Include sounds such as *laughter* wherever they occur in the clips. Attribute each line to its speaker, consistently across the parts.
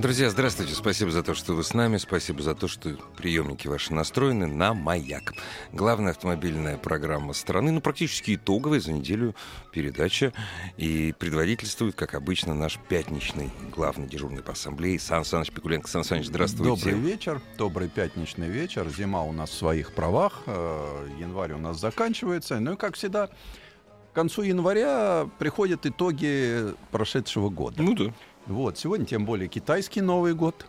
Speaker 1: Друзья, здравствуйте. Спасибо за то, что вы с нами. Спасибо за то, что приемники ваши настроены на «Маяк». Главная автомобильная программа страны, ну, практически итоговая за неделю передача. И предводительствует, как обычно, наш пятничный главный дежурный по ассамблее Сан Саныч Пикуленко. Сан Саныч, здравствуйте.
Speaker 2: Добрый вечер, добрый пятничный вечер. Зима у нас в своих правах, э, январь у нас заканчивается. Ну и, как всегда, к концу января приходят итоги прошедшего года.
Speaker 1: Ну да.
Speaker 2: Вот, сегодня тем более китайский Новый год.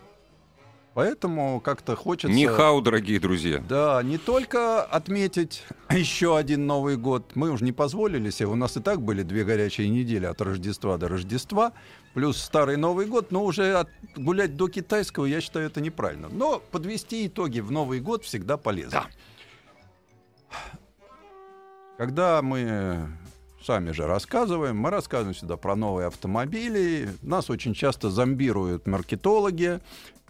Speaker 2: Поэтому как-то хочется...
Speaker 1: Нихау, дорогие друзья.
Speaker 2: Да, не только отметить *clears throat* еще один Новый год. Мы уже не позволили себе. У нас и так были две горячие недели от Рождества до Рождества. Плюс старый Новый год. Но уже от... гулять до китайского, я считаю, это неправильно. Но подвести итоги в Новый год всегда полезно. Когда мы сами же рассказываем. Мы рассказываем сюда про новые автомобили. Нас очень часто зомбируют маркетологи,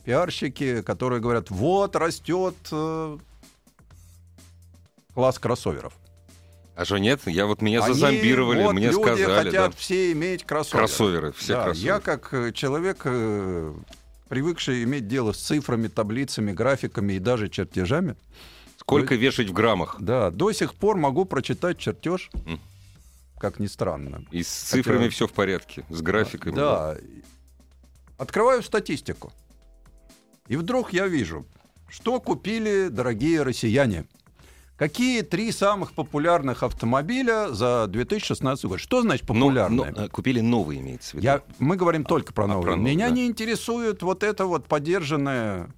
Speaker 2: пиарщики, которые говорят, вот растет э, класс кроссоверов.
Speaker 1: А что нет? Я вот меня
Speaker 2: Они,
Speaker 1: зазомбировали,
Speaker 2: вот,
Speaker 1: мне
Speaker 2: люди
Speaker 1: сказали.
Speaker 2: хотят
Speaker 1: да.
Speaker 2: все иметь кроссоверы.
Speaker 1: Кроссоверы, все
Speaker 2: Да,
Speaker 1: кроссоверы.
Speaker 2: Я как э, человек, э, привыкший иметь дело с цифрами, таблицами, графиками и даже чертежами,
Speaker 1: Сколько вешать в граммах?
Speaker 2: да, до сих пор могу прочитать чертеж,
Speaker 1: Мгм.
Speaker 2: как ни странно.
Speaker 1: И с цифрами
Speaker 2: Хотя-
Speaker 1: все в порядке, с графиками.
Speaker 2: Да. Открываю статистику. И вдруг я вижу, что купили дорогие россияне. Какие три самых популярных автомобиля за 2016 год? Что значит
Speaker 1: Но- но,
Speaker 2: популярные?
Speaker 1: э, купили новые, имеется в виду.
Speaker 2: Я, мы говорим только про
Speaker 1: а,
Speaker 2: новые.
Speaker 1: про новые,
Speaker 2: Меня
Speaker 1: да.
Speaker 2: не интересует вот это вот подержанное...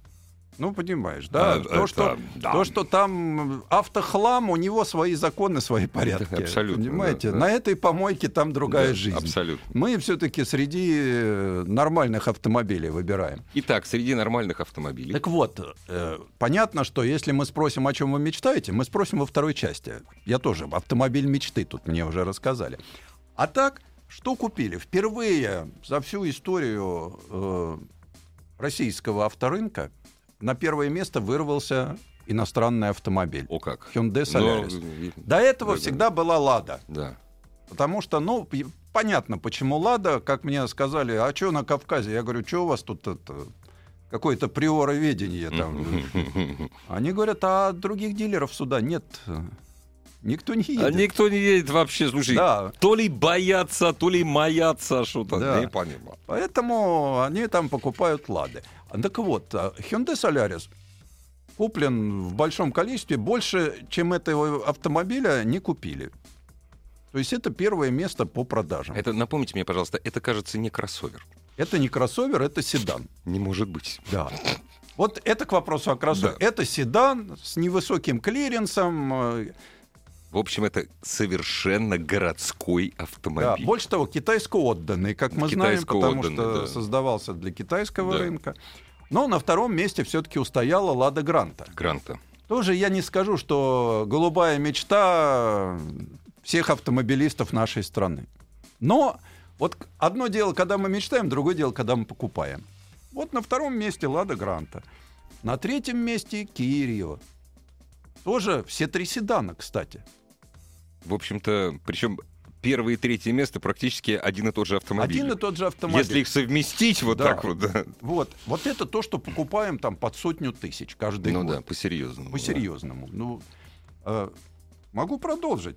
Speaker 2: Ну, понимаешь, да?
Speaker 1: А,
Speaker 2: то,
Speaker 1: это-
Speaker 2: что,
Speaker 1: да.
Speaker 2: то, что там автохлам, у него свои законы, свои порядки.
Speaker 1: абсолютно, да,
Speaker 2: Понимаете?
Speaker 1: да.
Speaker 2: На этой помойке там другая
Speaker 1: Да,
Speaker 2: жизнь.
Speaker 1: Абсолютно.
Speaker 2: Мы все-таки среди э, нормальных автомобилей выбираем.
Speaker 1: Итак, среди нормальных автомобилей.
Speaker 2: Так вот, э, понятно, что если мы спросим, о чем вы мечтаете, мы спросим во второй части. Я тоже автомобиль мечты тут мне уже рассказали. А так, что купили? Впервые за всю историю э, российского авторынка на первое место вырвался иностранный автомобиль
Speaker 1: О как.
Speaker 2: Hyundai
Speaker 1: Но-
Speaker 2: Solaris. До этого
Speaker 1: Да-да.
Speaker 2: всегда была Лада.
Speaker 1: Да.
Speaker 2: Потому что, ну, п- понятно, почему Лада, как мне сказали, а что на Кавказе? Я говорю, что у вас тут это, какое-то приороведение там? Они говорят, а других дилеров сюда нет. Никто не едет.
Speaker 1: А никто не едет вообще, слушай.
Speaker 2: Да.
Speaker 1: То ли боятся, то ли маятся а что-то.
Speaker 2: Да.
Speaker 1: Не понимаю.
Speaker 2: Поэтому они там покупают Лады. А, Так вот, а, Hyundai Solaris куплен в большом количестве, больше, чем этого автомобиля не купили. То есть это первое место по продажам.
Speaker 1: Это, напомните мне, пожалуйста, это, кажется, не кроссовер.
Speaker 2: Это не кроссовер, это седан.
Speaker 1: Не может быть.
Speaker 2: Да. Вот это к вопросу о красоте. Это седан с невысоким клиренсом. э,
Speaker 1: В общем, это совершенно городской
Speaker 2: Да.
Speaker 1: автомобиль.
Speaker 2: Больше того, китайско отданный, как мы знаем,
Speaker 1: Китайско
Speaker 2: потому
Speaker 1: отданный,
Speaker 2: что
Speaker 1: да.
Speaker 2: создавался для китайского
Speaker 1: Да.
Speaker 2: рынка. Но на втором месте все-таки устояла Лада Гранта.
Speaker 1: Гранта.
Speaker 2: Тоже я не скажу, что голубая мечта всех автомобилистов нашей страны. Но вот к- одно дело, когда мы мечтаем, другое дело, когда мы покупаем. Вот на втором месте Лада Гранта. На третьем месте Кирио. Тоже все три седана, кстати.
Speaker 1: В общем-то, причем первое и третье место практически один и тот же автомобиль.
Speaker 2: Один и тот же автомобиль.
Speaker 1: Если их совместить вот
Speaker 2: Да.
Speaker 1: так вот, да.
Speaker 2: Вот, вот это то, что покупаем там под сотню тысяч каждый
Speaker 1: ну
Speaker 2: год.
Speaker 1: да, по-серьезному.
Speaker 2: По-серьезному. Ну, э, могу продолжить.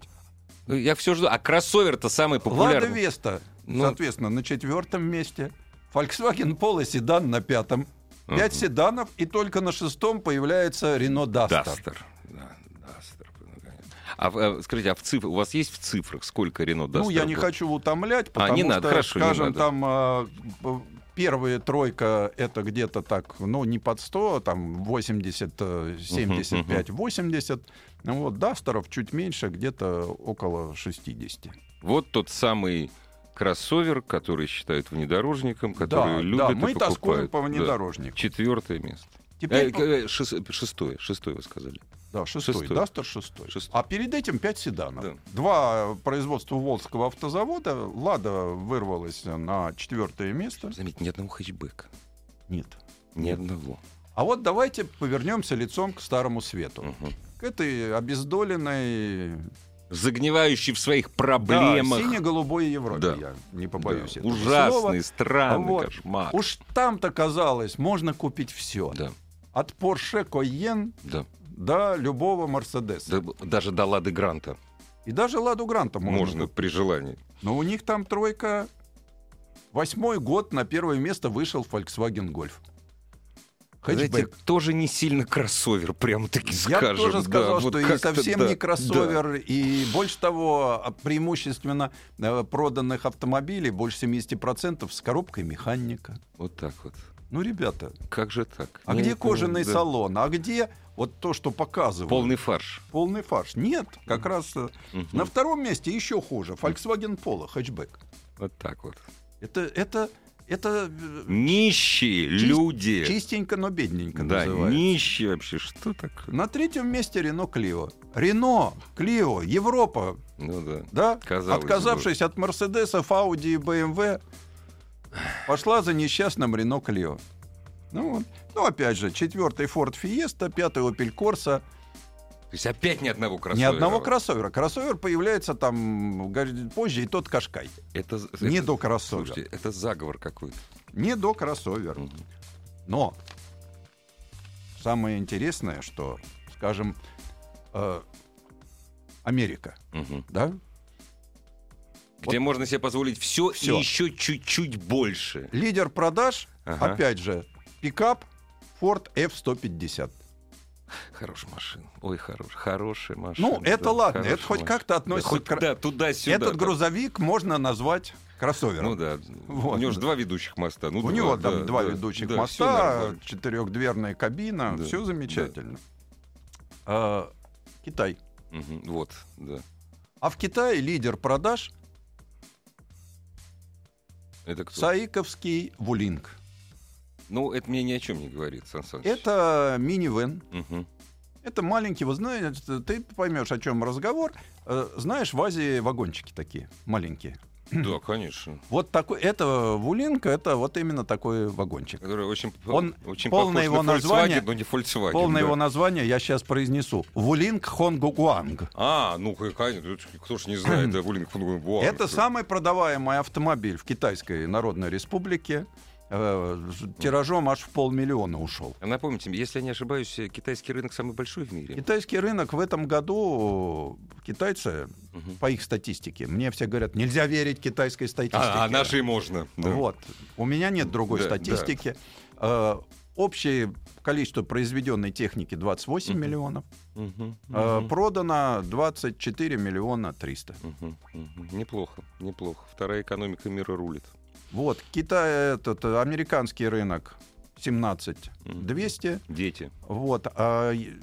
Speaker 1: да. Я все жду. А кроссовер-то самый
Speaker 2: Лада
Speaker 1: популярный.
Speaker 2: Веста,
Speaker 1: Ну.
Speaker 2: соответственно, на четвертом месте. Volkswagen Polo седан на пятом.
Speaker 1: Мгм.
Speaker 2: Пять седанов, и только на шестом появляется Renault Duster.
Speaker 1: Дастер. Да, Дастер. А в- а, скажите, а в циф... у вас есть в цифрах сколько Рено Дастер?
Speaker 2: Ну, я не
Speaker 1: был?
Speaker 2: хочу утомлять,
Speaker 1: А,
Speaker 2: потому
Speaker 1: не
Speaker 2: что,
Speaker 1: надо, хорошо, не
Speaker 2: скажем,
Speaker 1: надо.
Speaker 2: там а, б- первая тройка это где-то так, ну, не под 100, там 80, э, 75, 80. Ну, вот Дастеров чуть меньше, где-то около 60.
Speaker 1: Вот тот самый кроссовер, который считают внедорожником, который
Speaker 2: Да,
Speaker 1: любят
Speaker 2: да,
Speaker 1: и
Speaker 2: мы
Speaker 1: покупают.
Speaker 2: тоскуем по
Speaker 1: Да.
Speaker 2: внедорожнику.
Speaker 1: Четвертое место.
Speaker 2: Теперь
Speaker 1: Э,
Speaker 2: по-
Speaker 1: э, шес- шестое, шестое вы сказали.
Speaker 2: Да, шестой.
Speaker 1: Шестой.
Speaker 2: Дастер шестой.
Speaker 1: Шестой.
Speaker 2: А перед этим пять седанов.
Speaker 1: Да.
Speaker 2: Два э, производства Волжского автозавода. Лада вырвалась на четвертое место.
Speaker 1: Заметь, ни одного хэтчбека.
Speaker 2: Нет.
Speaker 1: Ни одного.
Speaker 2: А вот давайте повернемся лицом к старому свету.
Speaker 1: Мгм.
Speaker 2: К этой обездоленной
Speaker 1: Загнивающий в своих
Speaker 2: да,
Speaker 1: проблемах.
Speaker 2: сине-голубой Европе.
Speaker 1: Да.
Speaker 2: Я не
Speaker 1: Да,
Speaker 2: побоюсь этого
Speaker 1: Ужасный,
Speaker 2: слова.
Speaker 1: странный
Speaker 2: Вот.
Speaker 1: кошмар.
Speaker 2: Уж там-то казалось, можно купить все.
Speaker 1: Да,
Speaker 2: От Porsche Cayenne
Speaker 1: да.
Speaker 2: до любого Мерседеса.
Speaker 1: Да, даже до Лады Гранта
Speaker 2: И даже Ладу Гранта можно.
Speaker 1: можно,
Speaker 2: купить.
Speaker 1: при желании.
Speaker 2: Но у них там тройка. Восьмой год на первое место вышел Volkswagen Golf.
Speaker 1: Знаете,
Speaker 2: Хэтчбэк.
Speaker 1: тоже не сильно кроссовер, прям таки
Speaker 2: Я
Speaker 1: скажем.
Speaker 2: тоже
Speaker 1: да,
Speaker 2: сказал,
Speaker 1: вот
Speaker 2: что и
Speaker 1: как-то
Speaker 2: совсем
Speaker 1: да,
Speaker 2: не
Speaker 1: да.
Speaker 2: кроссовер, и больше того, а преимущественно э, проданных автомобилей больше 70% с коробкой механика.
Speaker 1: Вот так вот.
Speaker 2: Ну, ребята,
Speaker 1: Как же так?
Speaker 2: а
Speaker 1: Я не
Speaker 2: где
Speaker 1: понимаю,
Speaker 2: кожаный
Speaker 1: Ну, да.
Speaker 2: салон? А где вот то, что показывают?
Speaker 1: Полный Ну. фарш.
Speaker 2: Полный фарш. Нет, как раз э,
Speaker 1: Мгм.
Speaker 2: на втором месте еще хуже. Volkswagen Polo, хэтчбэк.
Speaker 1: Вот так вот.
Speaker 2: Это, это, это э,
Speaker 1: Нищие люди.
Speaker 2: Чистенько, но бедненько
Speaker 1: да,
Speaker 2: называют.
Speaker 1: нищие вообще. Что такое?
Speaker 2: На третьем месте Рено Клио. Рено, Клио, Европа,
Speaker 1: Ну да.
Speaker 2: да?
Speaker 1: Казалось бы.
Speaker 2: Отказавшись от Мерседесов, Ауди и БМВ, пошла за несчастным Рено Клио. Ну, вот. ну, опять же, четвертый Ford Fiesta, пятый Opel Corsa.
Speaker 1: То есть опять ни одного
Speaker 2: Ни
Speaker 1: кроссовера.
Speaker 2: одного кроссовера. Кроссовер появляется там га- позже, и тот Кашкай.
Speaker 1: Это,
Speaker 2: не
Speaker 1: это-
Speaker 2: до кроссовера.
Speaker 1: Слушайте, это заговор какой-то.
Speaker 2: Не до кроссовера.
Speaker 1: Мгм.
Speaker 2: Но самое интересное, что, скажем, э, Америка,
Speaker 1: Мгм.
Speaker 2: да?
Speaker 1: Где можно себе позволить все,
Speaker 2: Всё.
Speaker 1: и еще чуть-чуть больше.
Speaker 2: Лидер продаж,
Speaker 1: Ага.
Speaker 2: опять же, пикап Ford F-150.
Speaker 1: Хорошая машина. Ой, хорош, хорошая машина.
Speaker 2: Ну, это
Speaker 1: да,
Speaker 2: ладно, это
Speaker 1: хорошая
Speaker 2: хоть
Speaker 1: машина.
Speaker 2: как-то
Speaker 1: Да,
Speaker 2: относится
Speaker 1: хоть,
Speaker 2: к...
Speaker 1: да, туда-сюда.
Speaker 2: Этот
Speaker 1: да.
Speaker 2: грузовик можно назвать кроссовером.
Speaker 1: Ну да.
Speaker 2: Вот.
Speaker 1: У него же два ведущих моста. Ну,
Speaker 2: У
Speaker 1: два,
Speaker 2: него там
Speaker 1: да,
Speaker 2: два
Speaker 1: да,
Speaker 2: ведущих
Speaker 1: да, всё
Speaker 2: моста,
Speaker 1: нормально.
Speaker 2: четырехдверная кабина,
Speaker 1: Да,
Speaker 2: все
Speaker 1: да.
Speaker 2: замечательно. А, Китай.
Speaker 1: Мгм, Вот, да.
Speaker 2: А в Китае лидер продаж
Speaker 1: Это кто?
Speaker 2: Саиковский Вулинг.
Speaker 1: Ну, это мне ни о чем не говорит, Сан Саныч.
Speaker 2: Это минивэн.
Speaker 1: Мгм.
Speaker 2: Это маленький, вот знаешь, ты поймешь, о чем разговор. Э, Знаешь, в Азии вагончики такие маленькие.
Speaker 1: Да, конечно.
Speaker 2: Вот такой, это Вулинка, это вот именно такой вагончик.
Speaker 1: Который очень, п-
Speaker 2: Он-
Speaker 1: очень похож
Speaker 2: полное его
Speaker 1: на Volkswagen,
Speaker 2: название-
Speaker 1: но не Volkswagen.
Speaker 2: Полное
Speaker 1: да.
Speaker 2: его название я сейчас произнесу. Вулинг Хонгуанг.
Speaker 1: А, ну, к- конечно, тут кто ж не знает, да, ну, Вулинг
Speaker 2: *clears throat*
Speaker 1: Фунгуэн Буар.
Speaker 2: Это самый продаваемый автомобиль в Китайской Народной Республике. Э, с Тиражом аж в полмиллиона ушел.
Speaker 1: А Напомните, мне, если я не ошибаюсь, э, китайский рынок самый большой в мире.
Speaker 2: Китайский рынок в этом году э, китайцы,
Speaker 1: Мгм.
Speaker 2: по их статистике, мне все говорят, нельзя верить китайской статистике.
Speaker 1: А, а наши и можно. да.
Speaker 2: Вот. У меня нет другой
Speaker 1: Да,
Speaker 2: статистики. Э, общее количество произведенной техники 28
Speaker 1: Мгм.
Speaker 2: миллионов.
Speaker 1: Мгм,
Speaker 2: Э,
Speaker 1: мгм,
Speaker 2: продано 24 миллиона 300.
Speaker 1: мгм, мгм. Неплохо, неплохо. Вторая экономика мира рулит.
Speaker 2: Вот. Китай, этот, э, американский рынок 17
Speaker 1: Мгм.
Speaker 2: 200.
Speaker 1: Дети.
Speaker 2: Вот. А е-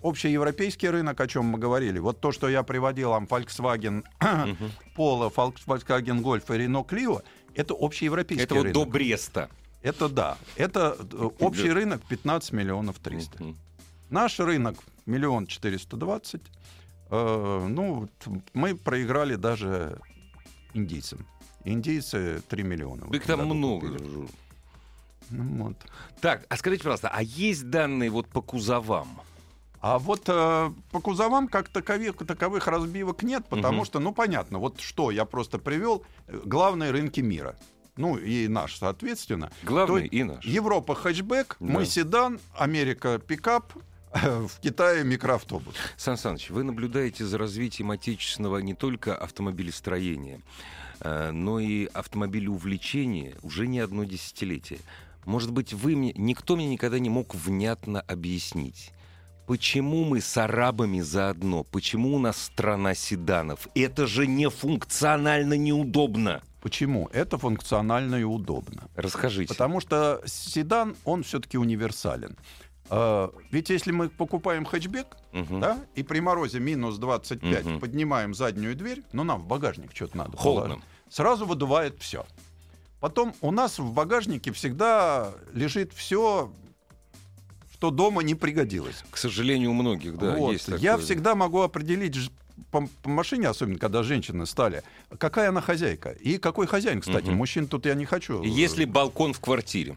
Speaker 2: общеевропейский рынок, о чем мы говорили, вот то, что я приводил, вам Volkswagen
Speaker 1: Мгм.
Speaker 2: *coughs* Polo, Volkswagen Golf и Renault Clio, это общеевропейский
Speaker 1: Это вот
Speaker 2: рынок.
Speaker 1: до Бреста.
Speaker 2: Это да. Это э, общий рынок 15 миллионов 300.
Speaker 1: Мгм.
Speaker 2: Наш рынок миллион четыреста двадцать. Э, Ну, вот мы проиграли даже индийцам. Индийцы 3 миллиона. в
Speaker 1: Их
Speaker 2: этом
Speaker 1: там
Speaker 2: году
Speaker 1: много.
Speaker 2: купили. Ну, вот.
Speaker 1: Так, а скажите, пожалуйста, а есть данные вот по кузовам?
Speaker 2: А вот э, по кузовам как таковых, таковых разбивок нет, потому
Speaker 1: Мгм.
Speaker 2: что, ну, понятно, вот что я просто привел, э, главные рынки мира. Ну, и наш, соответственно.
Speaker 1: Главный
Speaker 2: То-
Speaker 1: и наш.
Speaker 2: Европа хэтчбэк,
Speaker 1: Да.
Speaker 2: мы седан, Америка пикап, э, в Китае микроавтобус.
Speaker 1: Сан Саныч, вы наблюдаете за развитием отечественного не только автомобилестроения, э, но и автомобилеувлечения уже не одно десятилетие. Может быть, вы мне... Никто мне никогда не мог внятно объяснить, почему мы с арабами заодно, почему у нас страна седанов. Это же не функционально неудобно.
Speaker 2: Почему? Это функционально и удобно.
Speaker 1: Расскажите.
Speaker 2: Потому что седан, он все-таки универсален. Э, Ведь если мы покупаем хэтчбек,
Speaker 1: Мгм.
Speaker 2: да, и при морозе минус 25
Speaker 1: Мгм.
Speaker 2: поднимаем заднюю дверь, но нам в багажник что-то надо.
Speaker 1: Холодно.
Speaker 2: положить. сразу выдувает все. Потом у нас в багажнике всегда лежит все, что дома не пригодилось.
Speaker 1: К сожалению, у многих, да,
Speaker 2: Вот.
Speaker 1: есть такое.
Speaker 2: Я всегда могу определить ж- по, по машине, особенно когда женщины стали, какая она хозяйка. И какой хозяин, кстати.
Speaker 1: Мгм.
Speaker 2: Мужчин тут я не хочу.
Speaker 1: И Если балкон в квартире.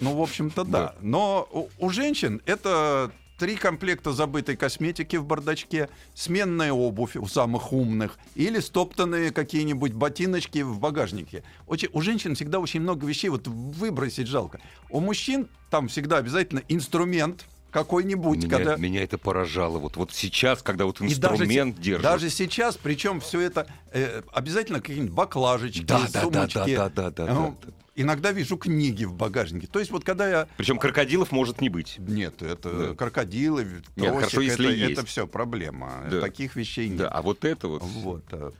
Speaker 2: Ну, в общем-то, да.
Speaker 1: Да.
Speaker 2: Но у, у женщин это три комплекта забытой косметики в бардачке, сменная обувь у самых умных или стоптанные какие-нибудь ботиночки в багажнике. Очень, у женщин всегда очень много вещей, вот выбросить жалко. У мужчин там всегда обязательно инструмент какой-нибудь,
Speaker 1: Меня,
Speaker 2: когда...
Speaker 1: меня это поражало. Вот, вот сейчас, когда вот
Speaker 2: И даже
Speaker 1: инструмент
Speaker 2: се-
Speaker 1: держит.
Speaker 2: Даже сейчас, причем все это э, обязательно какие-нибудь баклажечки,
Speaker 1: Да, да, да,
Speaker 2: сумочки.
Speaker 1: да, да, да, да,
Speaker 2: Ну,
Speaker 1: да.
Speaker 2: Иногда вижу книги в багажнике. То есть вот когда я
Speaker 1: Причем крокодилов может не быть.
Speaker 2: Нет, это
Speaker 1: Да.
Speaker 2: крокодилы, тросик,
Speaker 1: хорошо, если
Speaker 2: это,
Speaker 1: есть.
Speaker 2: все проблема.
Speaker 1: Да.
Speaker 2: Таких вещей нет.
Speaker 1: Да, а вот это вот.
Speaker 2: Вот. а.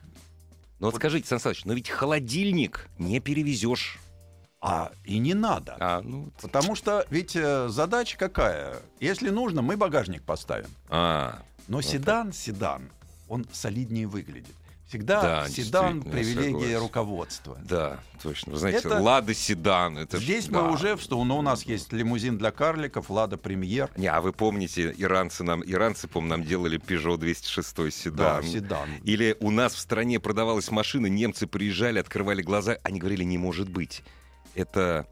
Speaker 1: Ну вот скажите, Сан Саныч, но ведь холодильник не перевезешь.
Speaker 2: А и не надо.
Speaker 1: А, ну. т-
Speaker 2: Потому что ведь э, задача какая? Если нужно, мы багажник поставим.
Speaker 1: А,
Speaker 2: Но седан, седан, он солиднее выглядит. Всегда
Speaker 1: Да,
Speaker 2: седан
Speaker 1: действительно,
Speaker 2: привилегия
Speaker 1: согласен.
Speaker 2: руководства.
Speaker 1: да, точно. Вы знаете,
Speaker 2: Это-
Speaker 1: Лада Седан. Это ж-
Speaker 2: Здесь
Speaker 1: да.
Speaker 2: мы уже, в ну, у нас есть лимузин для карликов, Лада Премьер.
Speaker 1: Не, а вы помните, иранцы нам, иранцы, помню, нам делали Peugeot 206
Speaker 2: Да,
Speaker 1: седан.
Speaker 2: седан.
Speaker 1: Или у нас в стране продавалась машина, немцы приезжали, открывали глаза, они говорили, не может быть. Это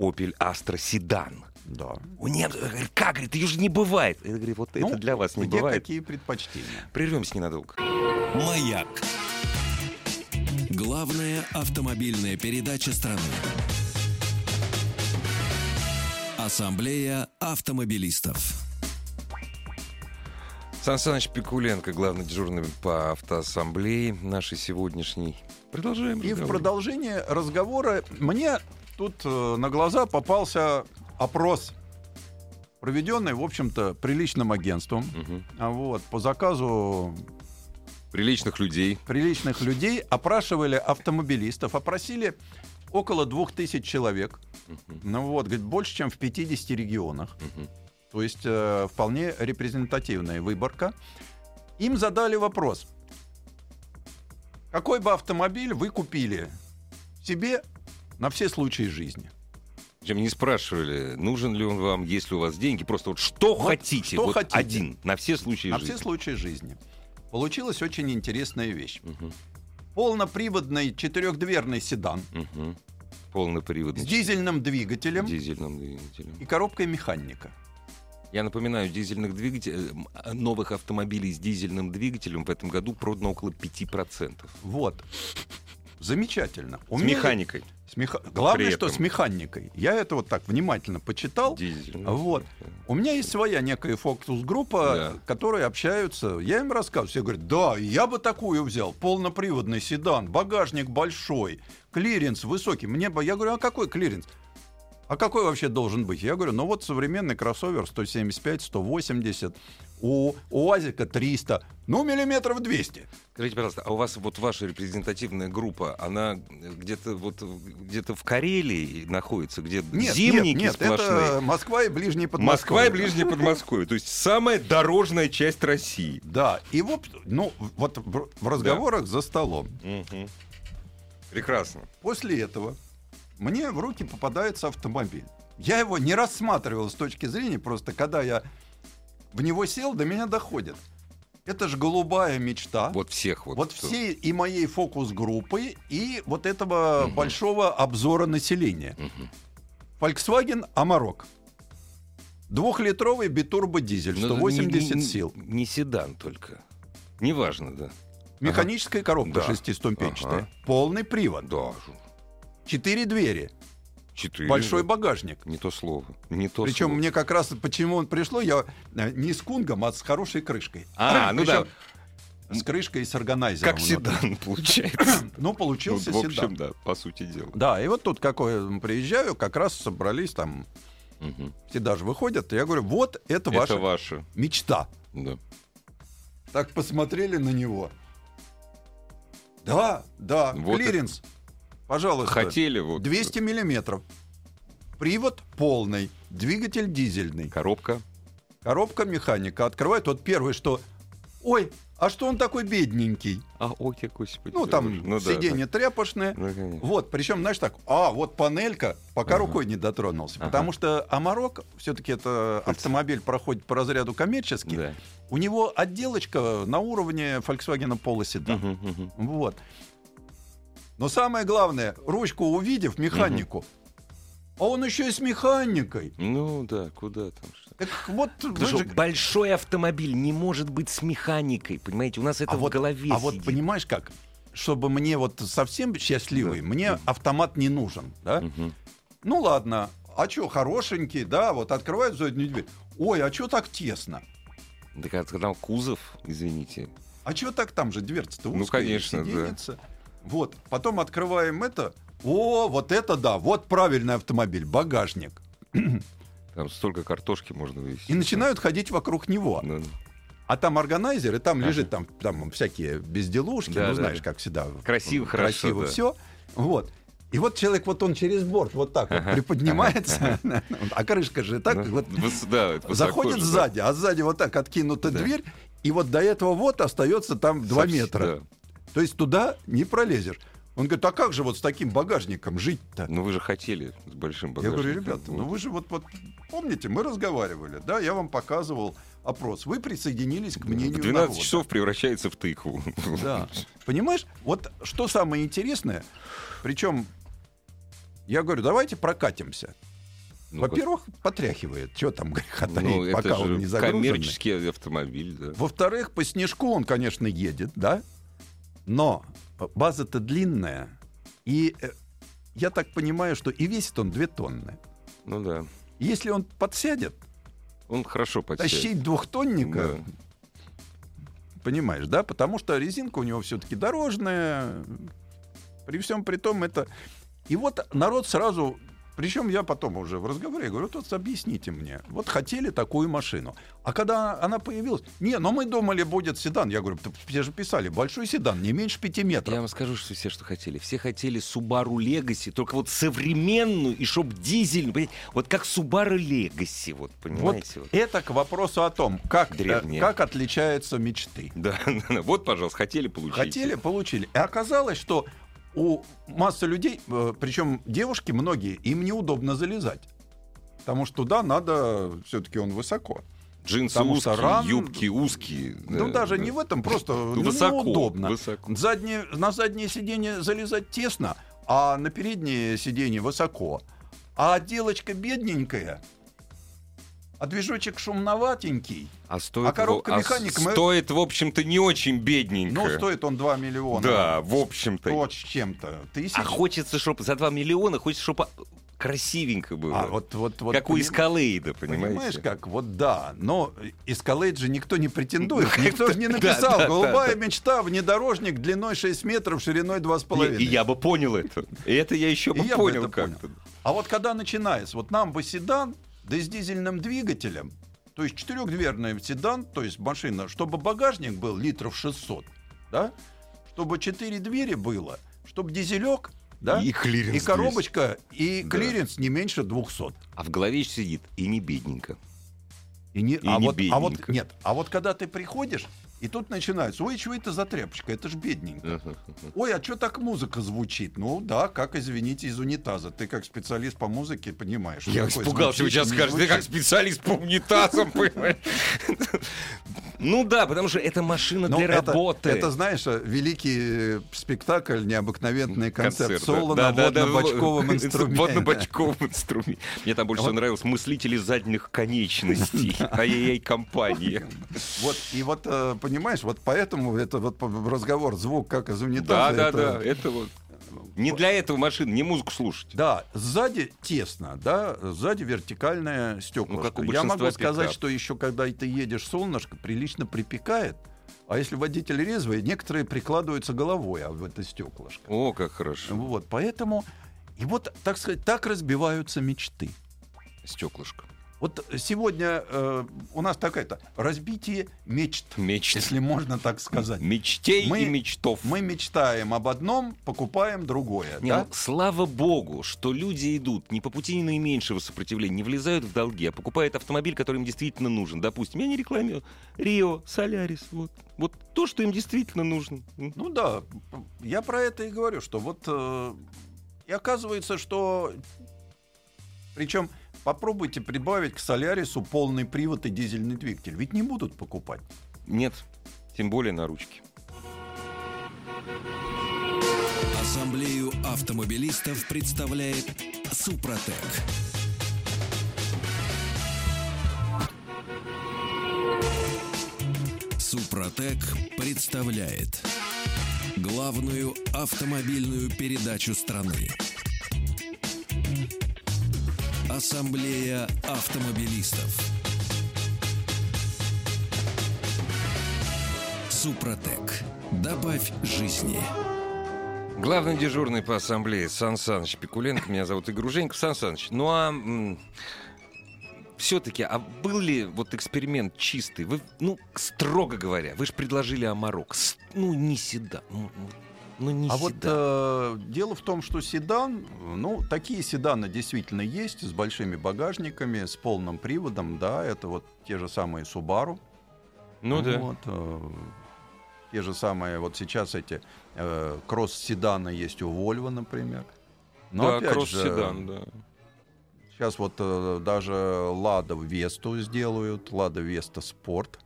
Speaker 1: Opel Astra седан.
Speaker 2: Да.
Speaker 1: У немцев, говорит, как, говорит, ее же не бывает. Я говорю, вот это
Speaker 2: Ну,
Speaker 1: для вас не
Speaker 2: где
Speaker 1: бывает.
Speaker 2: какие предпочтения?
Speaker 1: Прервемся ненадолго.
Speaker 3: Маяк. Главная автомобильная передача страны. Ассамблея автомобилистов.
Speaker 1: Сан Саныч Пикуленко, главный дежурный по автоассамблее нашей сегодняшней. Продолжаем.
Speaker 2: И в
Speaker 1: разговор.
Speaker 2: продолжение разговора мне тут э, на глаза попался опрос, проведенный, в общем-то, приличным агентством.
Speaker 1: Мгм.
Speaker 2: А Вот, по заказу
Speaker 1: Приличных людей.
Speaker 2: приличных людей опрашивали автомобилистов, опросили около двух тысяч человек.
Speaker 1: Мгм.
Speaker 2: Ну вот, говорит, больше, чем в 50 регионах.
Speaker 1: Мгм.
Speaker 2: То есть э, вполне репрезентативная выборка. Им задали вопрос. Какой бы автомобиль вы купили себе на все случаи жизни?
Speaker 1: Причем не спрашивали, нужен ли он вам, есть ли у вас деньги. Просто вот что
Speaker 2: Вот
Speaker 1: хотите.
Speaker 2: что
Speaker 1: вот
Speaker 2: хотите.
Speaker 1: один. На все случаи
Speaker 2: на
Speaker 1: жизни.
Speaker 2: все случаи жизни. Получилась очень интересная вещь.
Speaker 1: Мгм.
Speaker 2: Полноприводный четырехдверный седан
Speaker 1: Мгм. Полноприводный.
Speaker 2: с дизельным двигателем
Speaker 1: дизельным двигателем.
Speaker 2: и коробкой механика.
Speaker 1: Я напоминаю, дизельных двигателей, э, а, новых автомобилей с дизельным двигателем в этом году продано около 5%.
Speaker 2: Вот. Замечательно.
Speaker 1: С
Speaker 2: Умели-
Speaker 1: механикой.
Speaker 2: с меха- Главное,
Speaker 1: При
Speaker 2: что
Speaker 1: этом.
Speaker 2: с механикой. Я это вот так внимательно почитал.
Speaker 1: Дизель.
Speaker 2: Вот. У меня есть своя некая
Speaker 1: Да.
Speaker 2: фокус-группа, которые общаются. Я им рассказываю. Все говорят, да, я бы такую взял. Полноприводный седан, багажник большой, клиренс высокий. Мне бы... Я говорю, а какой клиренс? А какой вообще должен быть? Я говорю, ну вот современный кроссовер 175, 180, у УАЗика 300, ну миллиметров 200.
Speaker 1: Скажите, пожалуйста, а у вас вот ваша репрезентативная группа, она где-то вот где-то в Карелии находится, где
Speaker 2: Нет,
Speaker 1: зимники
Speaker 2: нет, нет,
Speaker 1: сплошные?
Speaker 2: это Москва и ближний Подмосковье.
Speaker 1: Москва и Ближнее Подмосковье, то есть самая дорожная часть России.
Speaker 2: Да, и вот, ну, вот в в разговорах за столом.
Speaker 1: Мгм. Прекрасно.
Speaker 2: После этого мне в руки попадается автомобиль. Я его не рассматривал с точки зрения, просто когда я в него сел, до меня доходит. Это же голубая мечта.
Speaker 1: Вот всех вот.
Speaker 2: Вот
Speaker 1: кто-
Speaker 2: всей и моей фокус-группы, и вот этого большого обзора населения.
Speaker 1: Мгм.
Speaker 2: Volkswagen Amarok. Двухлитровый битурбодизель,
Speaker 1: Ну,
Speaker 2: 180
Speaker 1: не- не-
Speaker 2: сил.
Speaker 1: Не седан только. Неважно, да.
Speaker 2: Механическая коробка
Speaker 1: Да.
Speaker 2: шестиступенчатая.
Speaker 1: Ага.
Speaker 2: Полный привод.
Speaker 1: Да.
Speaker 2: Четыре двери.
Speaker 1: Четыре.
Speaker 2: Большой багажник.
Speaker 1: Не то слово. Не то
Speaker 2: Причем
Speaker 1: слово.
Speaker 2: мне как раз почему он пришло, я э, не с кунгом, а с хорошей крышкой.
Speaker 1: А, ну да.
Speaker 2: Причем С крышкой и с органайзером.
Speaker 1: Как
Speaker 2: внутри.
Speaker 1: седан получается.
Speaker 2: Ну, получился
Speaker 1: Ну, в
Speaker 2: седан.
Speaker 1: общем, да, по сути дела.
Speaker 2: Да, и вот тут какой приезжаю, как раз собрались там,
Speaker 1: Мгм.
Speaker 2: все даже выходят, и я говорю, вот это ваша
Speaker 1: Это ваше.
Speaker 2: мечта.
Speaker 1: Да.
Speaker 2: Так посмотрели на него. Да, да,
Speaker 1: Вот
Speaker 2: клиренс, пожалуйста.
Speaker 1: Хотели вот.
Speaker 2: 200 миллиметров. Привод полный, двигатель дизельный.
Speaker 1: Коробка.
Speaker 2: Коробка механика открывает. Вот первое, что Ой, а что он такой бедненький?
Speaker 1: А, ой, господи.
Speaker 2: Ну, там
Speaker 1: Ну да,
Speaker 2: сиденье тряпочное.
Speaker 1: Ну, конечно.
Speaker 2: Вот, причем, знаешь, так, а, вот панелька, пока
Speaker 1: Ага.
Speaker 2: рукой не дотронулся.
Speaker 1: Ага.
Speaker 2: Потому что Амарок, все-таки это автомобиль проходит по разряду коммерческий,
Speaker 1: Да.
Speaker 2: у него отделочка на уровне Volkswagen Polo Sedan.
Speaker 1: Мгм, мгм.
Speaker 2: Вот. Но самое главное, ручку увидев, механику, а он еще и с механикой.
Speaker 1: Ну да, куда там что?
Speaker 2: Так вот, вы
Speaker 1: Потому что
Speaker 2: же-
Speaker 1: большой автомобиль не может быть с механикой, понимаете? У нас это
Speaker 2: а
Speaker 1: в
Speaker 2: вот,
Speaker 1: голове
Speaker 2: а вот
Speaker 1: сидит.
Speaker 2: понимаешь как? Чтобы мне вот совсем счастливый,
Speaker 1: Да.
Speaker 2: мне
Speaker 1: Мгм.
Speaker 2: автомат не нужен, да?
Speaker 1: Мгм.
Speaker 2: Ну ладно, а чё, хорошенький, да, вот открывают заднюю дверь. Ой, а чё так тесно?
Speaker 1: Так а там кузов, извините.
Speaker 2: А чё так там же дверца-то
Speaker 1: Ну,
Speaker 2: узкая?
Speaker 1: конечно, да.
Speaker 2: сиденьица. Вот, потом открываем это. О, вот это да, вот правильный автомобиль, багажник.
Speaker 1: Там столько картошки можно вывести.
Speaker 2: И начинают ходить вокруг него.
Speaker 1: Ну,
Speaker 2: А там органайзер, и там
Speaker 1: Ага.
Speaker 2: лежит там, там всякие безделушки,
Speaker 1: Да,
Speaker 2: ну
Speaker 1: да,
Speaker 2: знаешь,
Speaker 1: да.
Speaker 2: как всегда.
Speaker 1: Красиво, хорошо,
Speaker 2: Красиво
Speaker 1: да.
Speaker 2: все. Вот. И вот человек, вот он через борт вот так вот
Speaker 1: Ага,
Speaker 2: приподнимается, *laughs* а крышка же так
Speaker 1: ну,
Speaker 2: вот
Speaker 1: выс- да, это высоко
Speaker 2: заходит
Speaker 1: же, да.
Speaker 2: сзади, а сзади вот так откинута
Speaker 1: Да.
Speaker 2: дверь, и вот до этого вот остается там 2
Speaker 1: Совсем,
Speaker 2: метра.
Speaker 1: да.
Speaker 2: То есть туда не пролезешь. Он говорит, а как же вот с таким багажником жить-то?
Speaker 1: Ну вы же хотели с большим
Speaker 2: Я
Speaker 1: багажником.
Speaker 2: говорю, ребята, ну вы же вот, вот помните, мы разговаривали, да, я вам показывал опрос. Вы присоединились к
Speaker 1: Да,
Speaker 2: мнению
Speaker 1: В 12
Speaker 2: народа.
Speaker 1: часов превращается в тыкву. *laughs* Ну,
Speaker 2: Да. Понимаешь, вот что самое интересное, причем я говорю, давайте прокатимся.
Speaker 1: Ну,
Speaker 2: Во-первых, потряхивает, что там греха
Speaker 1: как- ну,
Speaker 2: таить, пока
Speaker 1: это
Speaker 2: он не
Speaker 1: же
Speaker 2: загруженный.
Speaker 1: коммерческий автомобиль, да.
Speaker 2: Во-вторых, по снежку он, конечно, едет, да? Но база-то длинная. И э, я так понимаю, что и весит он 2 тонны.
Speaker 1: Ну да.
Speaker 2: Если он подсядет,
Speaker 1: Он хорошо подсел.
Speaker 2: тащить двухтонника, понимаешь, да? Потому что резинка у него все-таки дорожная. При всем при том это... И вот народ сразу... Причем я потом уже в разговоре говорю, вот объясните мне, вот хотели такую машину. А когда она появилась, не, но мы думали, будет седан. Я говорю, «Да все же писали, большой седан, не меньше пяти метров.
Speaker 1: Я вам скажу, что все, что хотели. Все хотели Subaru Legacy, только вот современную, и чтоб дизельную. понимаете? Вот как Subaru Legacy, вот,
Speaker 2: Вот
Speaker 1: понимаете? вот.
Speaker 2: это к вопросу о том, как, э,
Speaker 1: Древние.
Speaker 2: как отличаются мечты.
Speaker 1: Да, *laughs* вот, пожалуйста, хотели получить.
Speaker 2: Хотели, получили. И оказалось, что у массы людей, причем девушки многие, им неудобно залезать. Потому что туда надо, все-таки он высоко.
Speaker 1: Джинсы
Speaker 2: Потому что
Speaker 1: узкие,
Speaker 2: ран-
Speaker 1: юбки узкие.
Speaker 2: ну,
Speaker 1: да,
Speaker 2: даже
Speaker 1: да.
Speaker 2: не в этом,
Speaker 1: *laughs*
Speaker 2: просто ну,
Speaker 1: Высоко,
Speaker 2: неудобно.
Speaker 1: высоко.
Speaker 2: Заднее- на заднее сиденье залезать тесно, а на переднее сиденье высоко. А отделочка бедненькая, а движочек шумноватенький.
Speaker 1: А стоит,
Speaker 2: А коробка
Speaker 1: в- а
Speaker 2: механика, мы-
Speaker 1: стоит, в общем-то, не очень бедненько.
Speaker 2: Ну, стоит он 2 миллиона.
Speaker 1: Да, в общем-то.
Speaker 2: Сто с чем-то. Тысяч.
Speaker 1: А хочется, чтобы за 2 миллиона, хочется, чтобы красивенько было.
Speaker 2: А вот, вот, вот,
Speaker 1: как у
Speaker 2: поним-
Speaker 1: Эскалейда, понимаете?
Speaker 2: Понимаешь как? Вот да, но эскалейт же никто
Speaker 1: *laughs*
Speaker 2: не претендует,
Speaker 1: Ну,
Speaker 2: никто же не
Speaker 1: да,
Speaker 2: написал.
Speaker 1: да, да,
Speaker 2: Голубая
Speaker 1: да.
Speaker 2: мечта, внедорожник длиной 6 метров, шириной
Speaker 1: И,
Speaker 2: 2,5.
Speaker 1: и я бы понял это. И это я еще
Speaker 2: И
Speaker 1: бы
Speaker 2: я бы
Speaker 1: понял
Speaker 2: это понял.
Speaker 1: как-то.
Speaker 2: А вот когда начинается, вот нам бы седан, да и с дизельным двигателем, то есть четырехдверный седан, то есть машина, чтобы багажник был литров 600, да, чтобы четыре двери было, чтобы дизелек, да,
Speaker 1: И клиренс
Speaker 2: и коробочка, и
Speaker 1: Да.
Speaker 2: клиренс не меньше 200.
Speaker 1: А в голове еще сидит и не бедненько.
Speaker 2: И не, а,
Speaker 1: не
Speaker 2: вот, а вот
Speaker 1: бедненько.
Speaker 2: нет, а вот когда ты приходишь, и тут начинается, ой, что это за тряпочка, это ж бедненько. Ой, а что так музыка звучит? Ну да, как, извините, из унитаза. Ты как специалист по музыке понимаешь. что
Speaker 1: Я
Speaker 2: такое
Speaker 1: испугался, вы
Speaker 2: звучит,
Speaker 1: сейчас
Speaker 2: не
Speaker 1: скажете, ты
Speaker 2: звучит».
Speaker 1: как специалист по унитазам, понимаешь? Ну да, потому что это машина
Speaker 2: Но
Speaker 1: для
Speaker 2: Ну, это,
Speaker 1: работы.
Speaker 2: Это, знаешь, э, великий э, спектакль, необыкновенный
Speaker 1: Концерт,
Speaker 2: концерт.
Speaker 1: да.
Speaker 2: соло
Speaker 1: Да,
Speaker 2: на
Speaker 1: да, да, *laughs*
Speaker 2: водно-бочковом
Speaker 1: вот-
Speaker 2: инструменте.
Speaker 1: водно-бочковом инструменте. Мне там больше
Speaker 2: Вот.
Speaker 1: всего нравилось мыслители задних
Speaker 2: *laughs*
Speaker 1: конечностей. Ай-яй-яй, компания.
Speaker 2: Вот, и вот, э, понимаешь, вот поэтому это вот по- разговор, звук как из
Speaker 1: Да,
Speaker 2: унитаза.
Speaker 1: да,
Speaker 2: это-
Speaker 1: да. Это вот. Не для этого машина, не музыку слушать.
Speaker 2: Да, сзади тесно, да, сзади вертикальное стекло.
Speaker 1: Ну, как у
Speaker 2: Я
Speaker 1: большинства
Speaker 2: могу сказать,
Speaker 1: пикапов.
Speaker 2: что еще когда ты едешь, солнышко прилично припекает, а если водитель резвый, некоторые прикладываются головой а в это стеклышко.
Speaker 1: О, как хорошо.
Speaker 2: Вот, поэтому и вот, так сказать, так разбиваются мечты.
Speaker 1: Стеклышко.
Speaker 2: Вот сегодня э, у нас такая-то разбитие мечт,
Speaker 1: Мечт.
Speaker 2: если можно так сказать.
Speaker 1: Мечтей
Speaker 2: Мы-
Speaker 1: и мечтов.
Speaker 2: Мы мечтаем об одном, покупаем другое.
Speaker 1: Не,
Speaker 2: да?
Speaker 1: ну, слава богу, что люди идут не по пути наименьшего сопротивления, не влезают в долги, а покупают автомобиль, который им действительно нужен. Допустим, я не рекламирую. Рио, Солярис, вот. Вот то, что им действительно нужно. М.
Speaker 2: Ну да, я про это и говорю, что вот э, и оказывается, что причем попробуйте прибавить к Солярису полный привод и дизельный двигатель, ведь не будут покупать.
Speaker 1: Нет, тем более на ручке.
Speaker 3: Ассамблею автомобилистов представляет Супротек. Супротек представляет главную автомобильную передачу страны. Ассамблея автомобилистов. Супротек. Добавь жизни.
Speaker 1: Главный дежурный по ассамблее Сан Саныч Пикуленко. Меня зовут Игорь Женьков. Сан Саныч, ну а все-таки, а был ли вот эксперимент чистый? Вы, ну, строго говоря, вы же предложили Амарок. С- ну, не седа. Ну, ну, ну, не седан.
Speaker 2: а вот э, дело в том, что седан, ну, такие седаны действительно есть, с большими багажниками, с полным приводом, да, это вот те же самые Subaru.
Speaker 1: Ну да.
Speaker 2: Вот, э, те же самые, вот сейчас эти э, кросс-седаны есть у Volvo, например. Но
Speaker 1: да,
Speaker 2: ну, опять же,
Speaker 1: кросс-седан, да.
Speaker 2: Сейчас вот э, даже Лада Весту сделают, Лада Веста Спорт,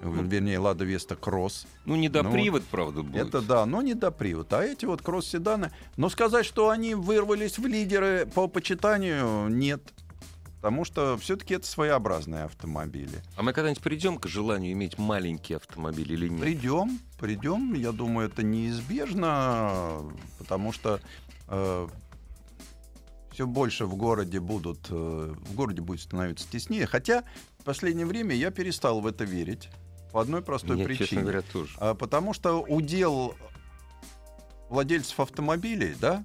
Speaker 2: в- вернее, Лада Веста Кросс.
Speaker 1: Ну, не до
Speaker 2: Ну,
Speaker 1: привод, правда, будет.
Speaker 2: Это да, но не до привод. А эти вот кросс-седаны, но сказать, что они вырвались в лидеры по почитанию, нет. Потому что все-таки это своеобразные автомобили.
Speaker 1: А мы когда-нибудь придем к желанию иметь маленький автомобиль или нет?
Speaker 2: Придем, придем, я думаю, это неизбежно, потому что все больше в городе будут, э, в городе будет становиться теснее. Хотя в последнее время я перестал в это верить по одной простой
Speaker 1: Я, честно
Speaker 2: причине.
Speaker 1: говоря, тоже.
Speaker 2: А, Потому что удел владельцев автомобилей, да,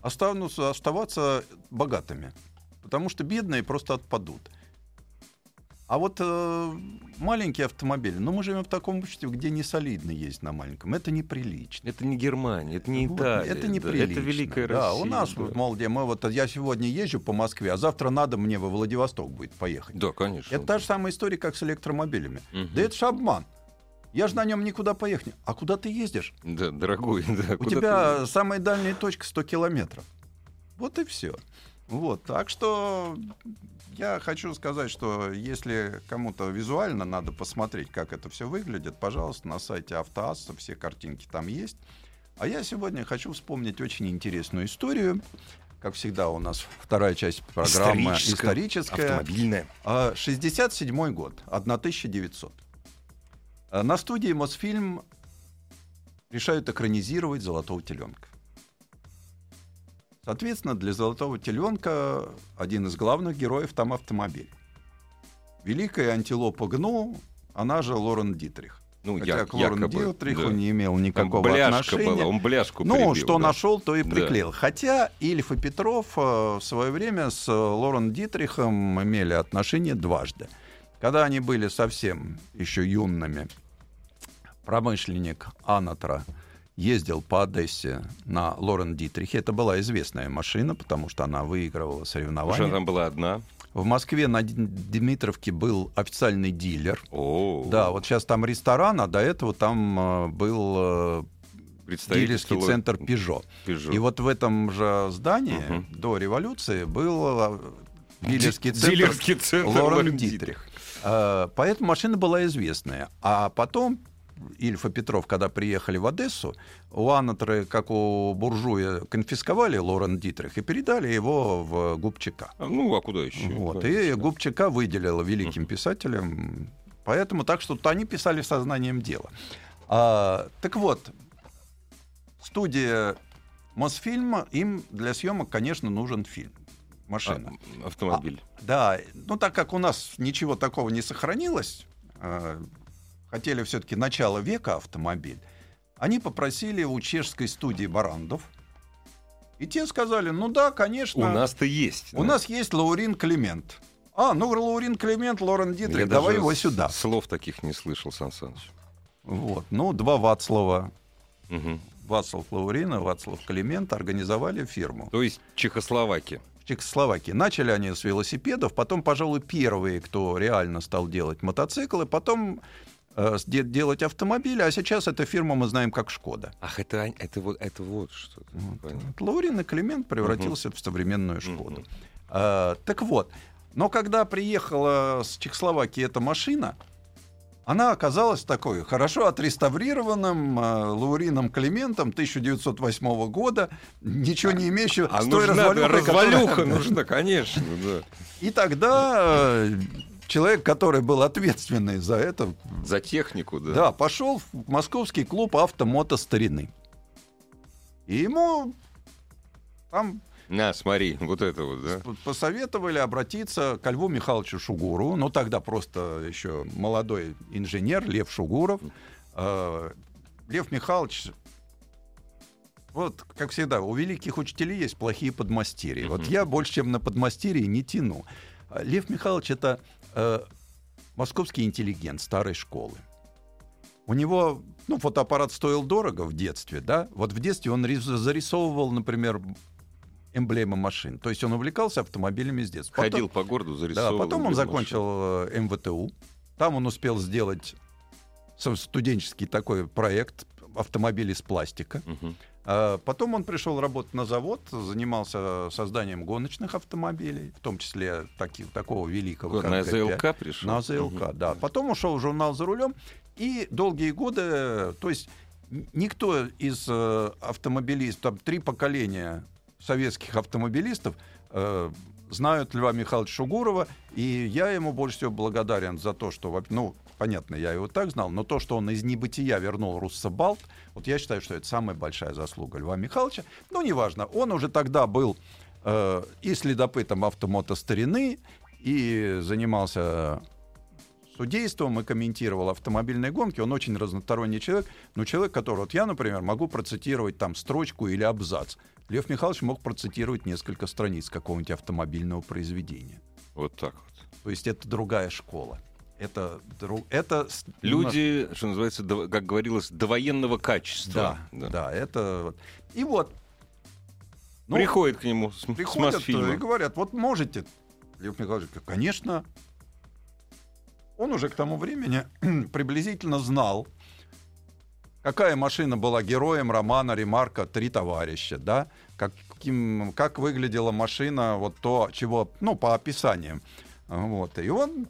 Speaker 2: останутся оставаться богатыми. Потому что бедные просто отпадут. А вот э, маленькие автомобили, ну мы живем в таком обществе, где не солидно ездить на маленьком. Это неприлично.
Speaker 1: Это не Германия, это не
Speaker 2: Вот,
Speaker 1: Италия.
Speaker 2: это
Speaker 1: да,
Speaker 2: неприлично.
Speaker 1: Это Великая
Speaker 2: да,
Speaker 1: Россия.
Speaker 2: у нас,
Speaker 1: да.
Speaker 2: вот, мол, где мы вот, я сегодня езжу по Москве, а завтра надо мне во Владивосток будет поехать.
Speaker 1: Да, конечно.
Speaker 2: Это та же самая история, как с электромобилями.
Speaker 1: Мгм.
Speaker 2: Да это же обман. Я же на нем никуда поехать. не- А куда ты ездишь?
Speaker 1: Да, дорогой, да.
Speaker 2: У
Speaker 1: А куда
Speaker 2: тебя самая дальняя точка 100 километров. Вот и все. Вот, так что я хочу сказать, что если кому-то визуально надо посмотреть, как это все выглядит, пожалуйста, на сайте Автоасса все картинки там есть. А я сегодня хочу вспомнить очень интересную историю. Как всегда у нас вторая часть
Speaker 1: ты?
Speaker 2: программы
Speaker 1: Историческая,
Speaker 2: историческая.
Speaker 1: Автомобильная.
Speaker 2: А, 67 год, 1900. А, На студии Мосфильм решают экранизировать «Золотого теленка». Соответственно, для «Золотого теленка» один из главных героев там автомобиль. Великая антилопа Гну, она же Лорен Дитрих.
Speaker 1: Ну,
Speaker 2: Хотя
Speaker 1: я,
Speaker 2: к Лорен
Speaker 1: якобы,
Speaker 2: Дитриху
Speaker 1: да.
Speaker 2: не имел
Speaker 1: Там
Speaker 2: никакого
Speaker 1: бляшка
Speaker 2: отношения.
Speaker 1: была, он бляшку
Speaker 2: Ну,
Speaker 1: прибил, да.
Speaker 2: что нашел, то и
Speaker 1: Да.
Speaker 2: приклеил. Хотя Ильф и Петров э, в свое время с э, Лорен Дитрихом имели отношения дважды. Когда они были совсем еще юными, промышленник Анатра ездил по Одессе на Лорен Дитрихе. Это была известная машина, потому что она выигрывала
Speaker 1: Уже
Speaker 2: соревнования.
Speaker 1: там была одна.
Speaker 2: В Москве на Д- Дмитровке был официальный дилер.
Speaker 1: О,
Speaker 2: Да, вот сейчас там ресторан, а до этого там э, был э,
Speaker 1: представитель
Speaker 2: дилерский
Speaker 1: целого-
Speaker 2: центр «Пежо».
Speaker 1: Peugeot.
Speaker 2: И вот в этом же здании
Speaker 1: Мгм.
Speaker 2: до революции был э,
Speaker 1: Ди-
Speaker 2: дилерский центр,
Speaker 1: дилерский центр
Speaker 2: Лорен
Speaker 1: Лорен
Speaker 2: Дитрих.
Speaker 1: Дитрих.
Speaker 2: Э, Поэтому машина была известная. А потом Ильф и Петров, когда приехали в Одессу, у Анатры, как у буржуя, конфисковали Лорен Дитрих и передали его в Губчака.
Speaker 1: А, Ну, а куда еще?
Speaker 2: Вот. И
Speaker 1: Конечно.
Speaker 2: Губчака выделила великим писателем. Поэтому так что они писали сознанием дела. А, так вот, студия Мосфильма, им для съемок, конечно, нужен фильм.
Speaker 1: А,
Speaker 2: Машина.
Speaker 1: автомобиль.
Speaker 2: Да, ну так как у нас ничего такого не сохранилось, э, хотели все-таки начало века автомобиль, они попросили у чешской студии Барандов. И те сказали, ну да, конечно.
Speaker 1: У нас-то есть.
Speaker 2: У
Speaker 1: да.
Speaker 2: нас есть Лаурин Климент. А, ну Лаурин Климент, Лорен Дитрих,
Speaker 1: Я
Speaker 2: давай
Speaker 1: даже
Speaker 2: его
Speaker 1: с-
Speaker 2: сюда.
Speaker 1: Слов таких не слышал, Сан Саныч.
Speaker 2: Вот, ну, два Вацлава.
Speaker 1: Мгм.
Speaker 2: Вацлав Лаурина, Вацлав Климент организовали фирму.
Speaker 1: То есть Чехословакия.
Speaker 2: В Чехословакии начали они с велосипедов, потом, пожалуй, первые, кто реально стал делать мотоциклы, потом э, с- де- делать автомобили, а сейчас эта фирма мы знаем как Шкода.
Speaker 1: Ах, это, они- это, вот, это вот что. то Понятно.
Speaker 2: Вот Лаурин и Климент превратился в современную Шкоду. А, так вот, но когда приехала с Чехословакии эта машина, она оказалась такой хорошо отреставрированным э, Лаурином Климентом 1908 года, ничего не имеющего
Speaker 1: А
Speaker 2: с той
Speaker 1: нужна да,
Speaker 2: развалюхой, которая-
Speaker 1: развалюха ну. нужна, конечно, да.
Speaker 2: И тогда э, человек, который был ответственный за это,
Speaker 1: За технику, да.
Speaker 2: да, пошел в московский клуб автомото старины. И ему там
Speaker 1: На, смотри, вот это вот, да.
Speaker 2: П- посоветовали обратиться к Льву Михайловичу Шугуру, ну тогда просто еще молодой инженер Лев Шугуров. Э, Лев Михайлович, вот как всегда, у великих учителей есть плохие подмастерья. Вот я больше, чем на подмастерье, не тяну. А Лев Михайлович это э, московский интеллигент старой школы. У него, ну, фотоаппарат стоил дорого в детстве, да? Вот в детстве он рис- зарисовывал, например, эмблемы машин. То есть он увлекался автомобилями с детства. Потом-
Speaker 1: Ходил по городу,
Speaker 2: да,
Speaker 1: зарисовывал.
Speaker 2: потом он
Speaker 1: блин,
Speaker 2: закончил э, МВТУ. Там он успел сделать со- студенческий такой проект автомобиль из пластика.
Speaker 1: машину. Мгм.
Speaker 2: А Потом он пришел работать на завод, занимался созданием гоночных автомобилей, в том числе таки- такого великого. как
Speaker 1: На
Speaker 2: Г5.
Speaker 1: ЗЛК пришел?
Speaker 2: На ЗЛК,
Speaker 1: Мгм.
Speaker 2: да. Потом ушел в журнал «За рулем», и долгие годы, то есть н- никто из э, автомобилистов, там три поколения советских автомобилистов э, знают Льва Михайловича Шугурова, и я ему больше всего благодарен за то, что, во- ну, понятно, я его так знал, но то, что он из небытия вернул Руссобалт, вот я считаю, что это самая большая заслуга Льва Михайловича. Ну, неважно, он уже тогда был э, и следопытом автомото старины, и занимался судейством и комментировал автомобильные гонки. Он очень разносторонний человек, но человек, которого вот я, например, могу процитировать там строчку или абзац. Лев Михайлович мог процитировать несколько страниц какого-нибудь автомобильного произведения.
Speaker 1: Вот так вот.
Speaker 2: То есть это другая школа. Это, дру- это с-
Speaker 1: Люди, что называется, дов- как говорилось, довоенного качества.
Speaker 2: Да, да, это вот. И вот. Ну,
Speaker 1: Приходит к нему с, с
Speaker 2: приходят э, и
Speaker 1: *laughs* Мосфильма.
Speaker 2: говорят, вот можете. Лев Николаевич говорит, конечно. Он уже к тому времени *clears throat* приблизительно знал, какая машина была героем романа Ремарка «Три товарища», да? Каким, как выглядела машина, вот то, чего, ну, по описаниям. Вот. И он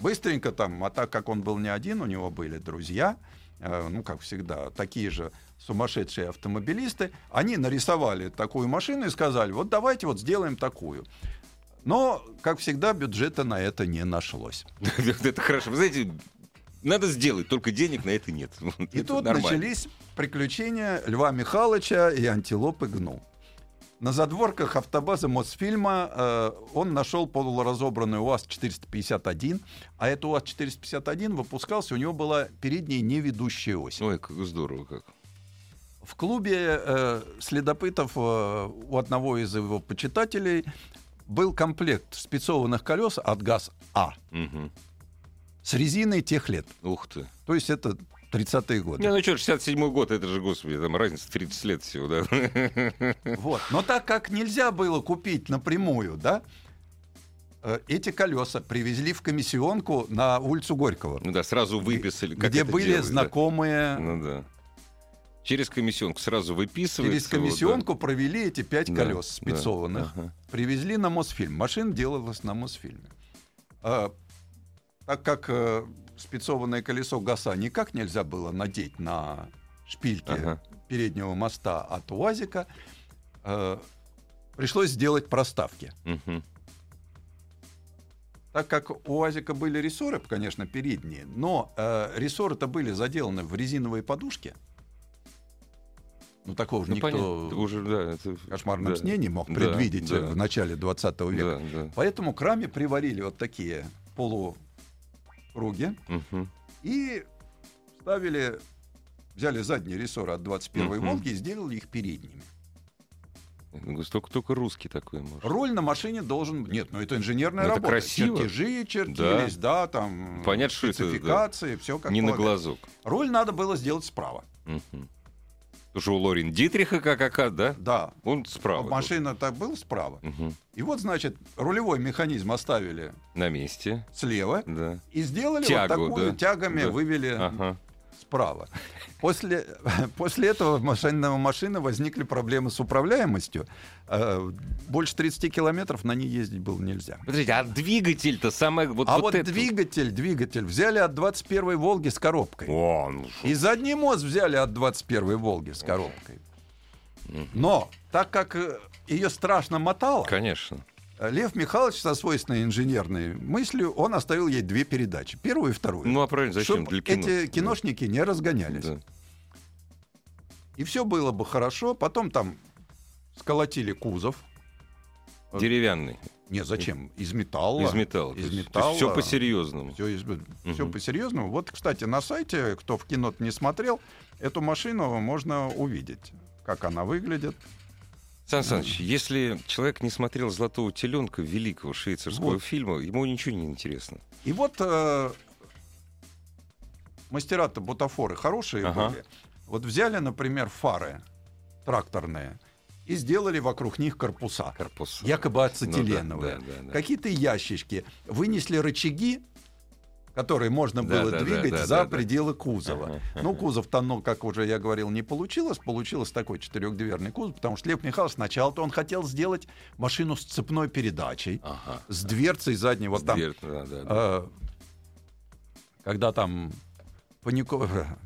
Speaker 2: быстренько там, а так как он был не один, у него были друзья, э, ну, как всегда, такие же сумасшедшие автомобилисты, они нарисовали такую машину и сказали, вот давайте вот сделаем такую. Но, как всегда, бюджета на это не нашлось.
Speaker 1: Это хорошо. Вы знаете, надо сделать, только денег на это нет. *laughs* Вот
Speaker 2: И
Speaker 1: это
Speaker 2: тут
Speaker 1: нормально.
Speaker 2: начались приключения Льва Михайловича и антилопы Гну. На задворках автобазы Мосфильма э, он нашел полуразобранный УАЗ-451, а этот УАЗ-451 выпускался, у него была передняя неведущая ось.
Speaker 1: Ой, как здорово как.
Speaker 2: В клубе э, следопытов э, у одного из его почитателей был комплект спецованных колес от ГАЗ-А
Speaker 1: Мгм.
Speaker 2: с резиной тех лет.
Speaker 1: Ух ты.
Speaker 2: То есть это 30-е годы.
Speaker 1: Не, ну что, 67-й год, это же, господи, там разница 30 лет всего, да. *laughs*
Speaker 2: Вот. Но так как нельзя было купить напрямую, да, э, эти колеса привезли в комиссионку на улицу Горького,
Speaker 1: Ну да, сразу выписали. как
Speaker 2: где
Speaker 1: это
Speaker 2: были
Speaker 1: делают, да.
Speaker 2: знакомые.
Speaker 1: Ну да. Через комиссионку сразу выписывается.
Speaker 2: Через комиссионку провели эти пять
Speaker 1: Да,
Speaker 2: колес
Speaker 1: да,
Speaker 2: спецованных,
Speaker 1: ага.
Speaker 2: привезли на Мосфильм. Машина делалась на Мосфильме. А, так как э, спецованное колесо ГАСа никак нельзя было надеть на шпильки
Speaker 1: Ага.
Speaker 2: переднего моста от УАЗика, э, пришлось сделать проставки.
Speaker 1: да. Мгм.
Speaker 2: Так как у УАЗика были рессоры, конечно, передние, но э, рессоры-то были заделаны в резиновые подушки. Ну, такого же
Speaker 1: Ну,
Speaker 2: никто
Speaker 1: понятно, уже, да, это-
Speaker 2: в кошмарном
Speaker 1: да.
Speaker 2: сне не мог
Speaker 1: Да,
Speaker 2: предвидеть
Speaker 1: да,
Speaker 2: э, в начале 20 века.
Speaker 1: да, да.
Speaker 2: Поэтому к раме приварили вот такие полукруги
Speaker 1: Мгм.
Speaker 2: и ставили, взяли задние рессоры от 21-й
Speaker 1: Мгм.
Speaker 2: «Волги» и сделали их передними.
Speaker 1: Я говорю, Только, только русский такой может.
Speaker 2: Руль на машине должен... Нет, ну это инженерная
Speaker 1: Ну, это
Speaker 2: работа.
Speaker 1: красиво.
Speaker 2: Чертежи чертились, да, там...
Speaker 1: Понятно, что это, да.
Speaker 2: Спецификации, все как
Speaker 1: Не на
Speaker 2: полагается.
Speaker 1: глазок.
Speaker 2: Руль надо было сделать справа.
Speaker 1: Мгм. Потому что у Лорин Дитриха, как ока, да?
Speaker 2: Да.
Speaker 1: Он
Speaker 2: А
Speaker 1: справа.
Speaker 2: Машина так была справа.
Speaker 1: был. Мгм.
Speaker 2: И вот, значит, рулевой механизм оставили
Speaker 1: На месте,
Speaker 2: слева
Speaker 1: да.
Speaker 2: и сделали
Speaker 1: Тягу,
Speaker 2: вот такую,
Speaker 1: да.
Speaker 2: тягами
Speaker 1: Да.
Speaker 2: вывели
Speaker 1: Ага.
Speaker 2: справа. После, *laughs* после этого в машинного машины возникли проблемы с управляемостью. Э, Больше 30 километров на ней ездить было нельзя.
Speaker 1: Подождите, а двигатель-то самое... Вот,
Speaker 2: а вот
Speaker 1: это-
Speaker 2: двигатель, двигатель взяли от 21-й «Волги» с коробкой.
Speaker 1: О, ну что-
Speaker 2: И задний мост взяли от 21-й «Волги» с коробкой. Но, так как ее страшно мотало,
Speaker 1: Конечно.
Speaker 2: э, Лев Михайлович со свойственной инженерной мыслью, он оставил ей две передачи. Первую и вторую.
Speaker 1: Ну а правильно, зачем?
Speaker 2: Чтоб
Speaker 1: Для кино.
Speaker 2: Эти
Speaker 1: Да.
Speaker 2: киношники не разгонялись.
Speaker 1: Да.
Speaker 2: И все было бы хорошо. Потом там сколотили кузов.
Speaker 1: Деревянный,
Speaker 2: Не, зачем? Из металла.
Speaker 1: из металла.
Speaker 2: Из металла.
Speaker 1: все по-серьезному.
Speaker 2: Все,
Speaker 1: Мгм.
Speaker 2: по-серьезному. э, Вот, кстати, на сайте, кто в кино не смотрел, эту машину можно увидеть, как она выглядит.
Speaker 1: Сан Саныч, если человек не смотрел «Золотого теленка» великого швейцарского
Speaker 2: Вот.
Speaker 1: фильма, ему ничего не интересно.
Speaker 2: И вот э, мастера-то бутафоры хорошие
Speaker 1: Ага.
Speaker 2: были. Вот взяли, например, фары тракторные и сделали вокруг них корпуса.
Speaker 1: Корпус. Ну
Speaker 2: Якобы
Speaker 1: да,
Speaker 2: ацетиленовые.
Speaker 1: да, да, да.
Speaker 2: Какие-то ящички. Вынесли рычаги, которые можно
Speaker 1: Да,
Speaker 2: было
Speaker 1: да, да,
Speaker 2: двигать
Speaker 1: да,
Speaker 2: за
Speaker 1: да, да.
Speaker 2: пределы кузова.
Speaker 1: Ага,
Speaker 2: Ну, кузов-то, ну, как уже я говорил, не получилось. Получилось такой четырехдверный кузов, потому что Лев Михайлович сначала-то он хотел сделать машину с цепной передачей,
Speaker 1: Ага.
Speaker 2: с дверцей задней, вот там
Speaker 1: Дверь, да, да, да.
Speaker 2: Э, когда там Панико- *laughs*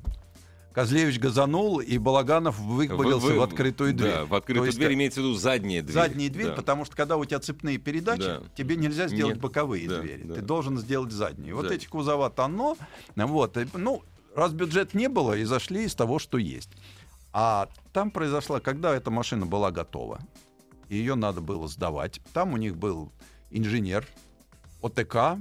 Speaker 2: Козлевич газанул, и Балаганов выкбалился
Speaker 1: Вы- вы-
Speaker 2: в открытую дверь.
Speaker 1: Да, в
Speaker 2: То
Speaker 1: открытую
Speaker 2: есть,
Speaker 1: дверь
Speaker 2: э,
Speaker 1: имеется в виду задняя дверь.
Speaker 2: Задняя дверь,
Speaker 1: Да.
Speaker 2: потому что когда у тебя цепные передачи,
Speaker 1: Да.
Speaker 2: тебе нельзя сделать
Speaker 1: Нет.
Speaker 2: боковые
Speaker 1: Да,
Speaker 2: двери.
Speaker 1: да.
Speaker 2: Ты должен сделать задние. Вот
Speaker 1: Да.
Speaker 2: эти кузова тонно. Вот, и, ну, раз бюджет не было, и зашли из того, что есть. А там произошла, когда эта машина была готова, и ее надо было сдавать. Там у них был инженер, ОТК,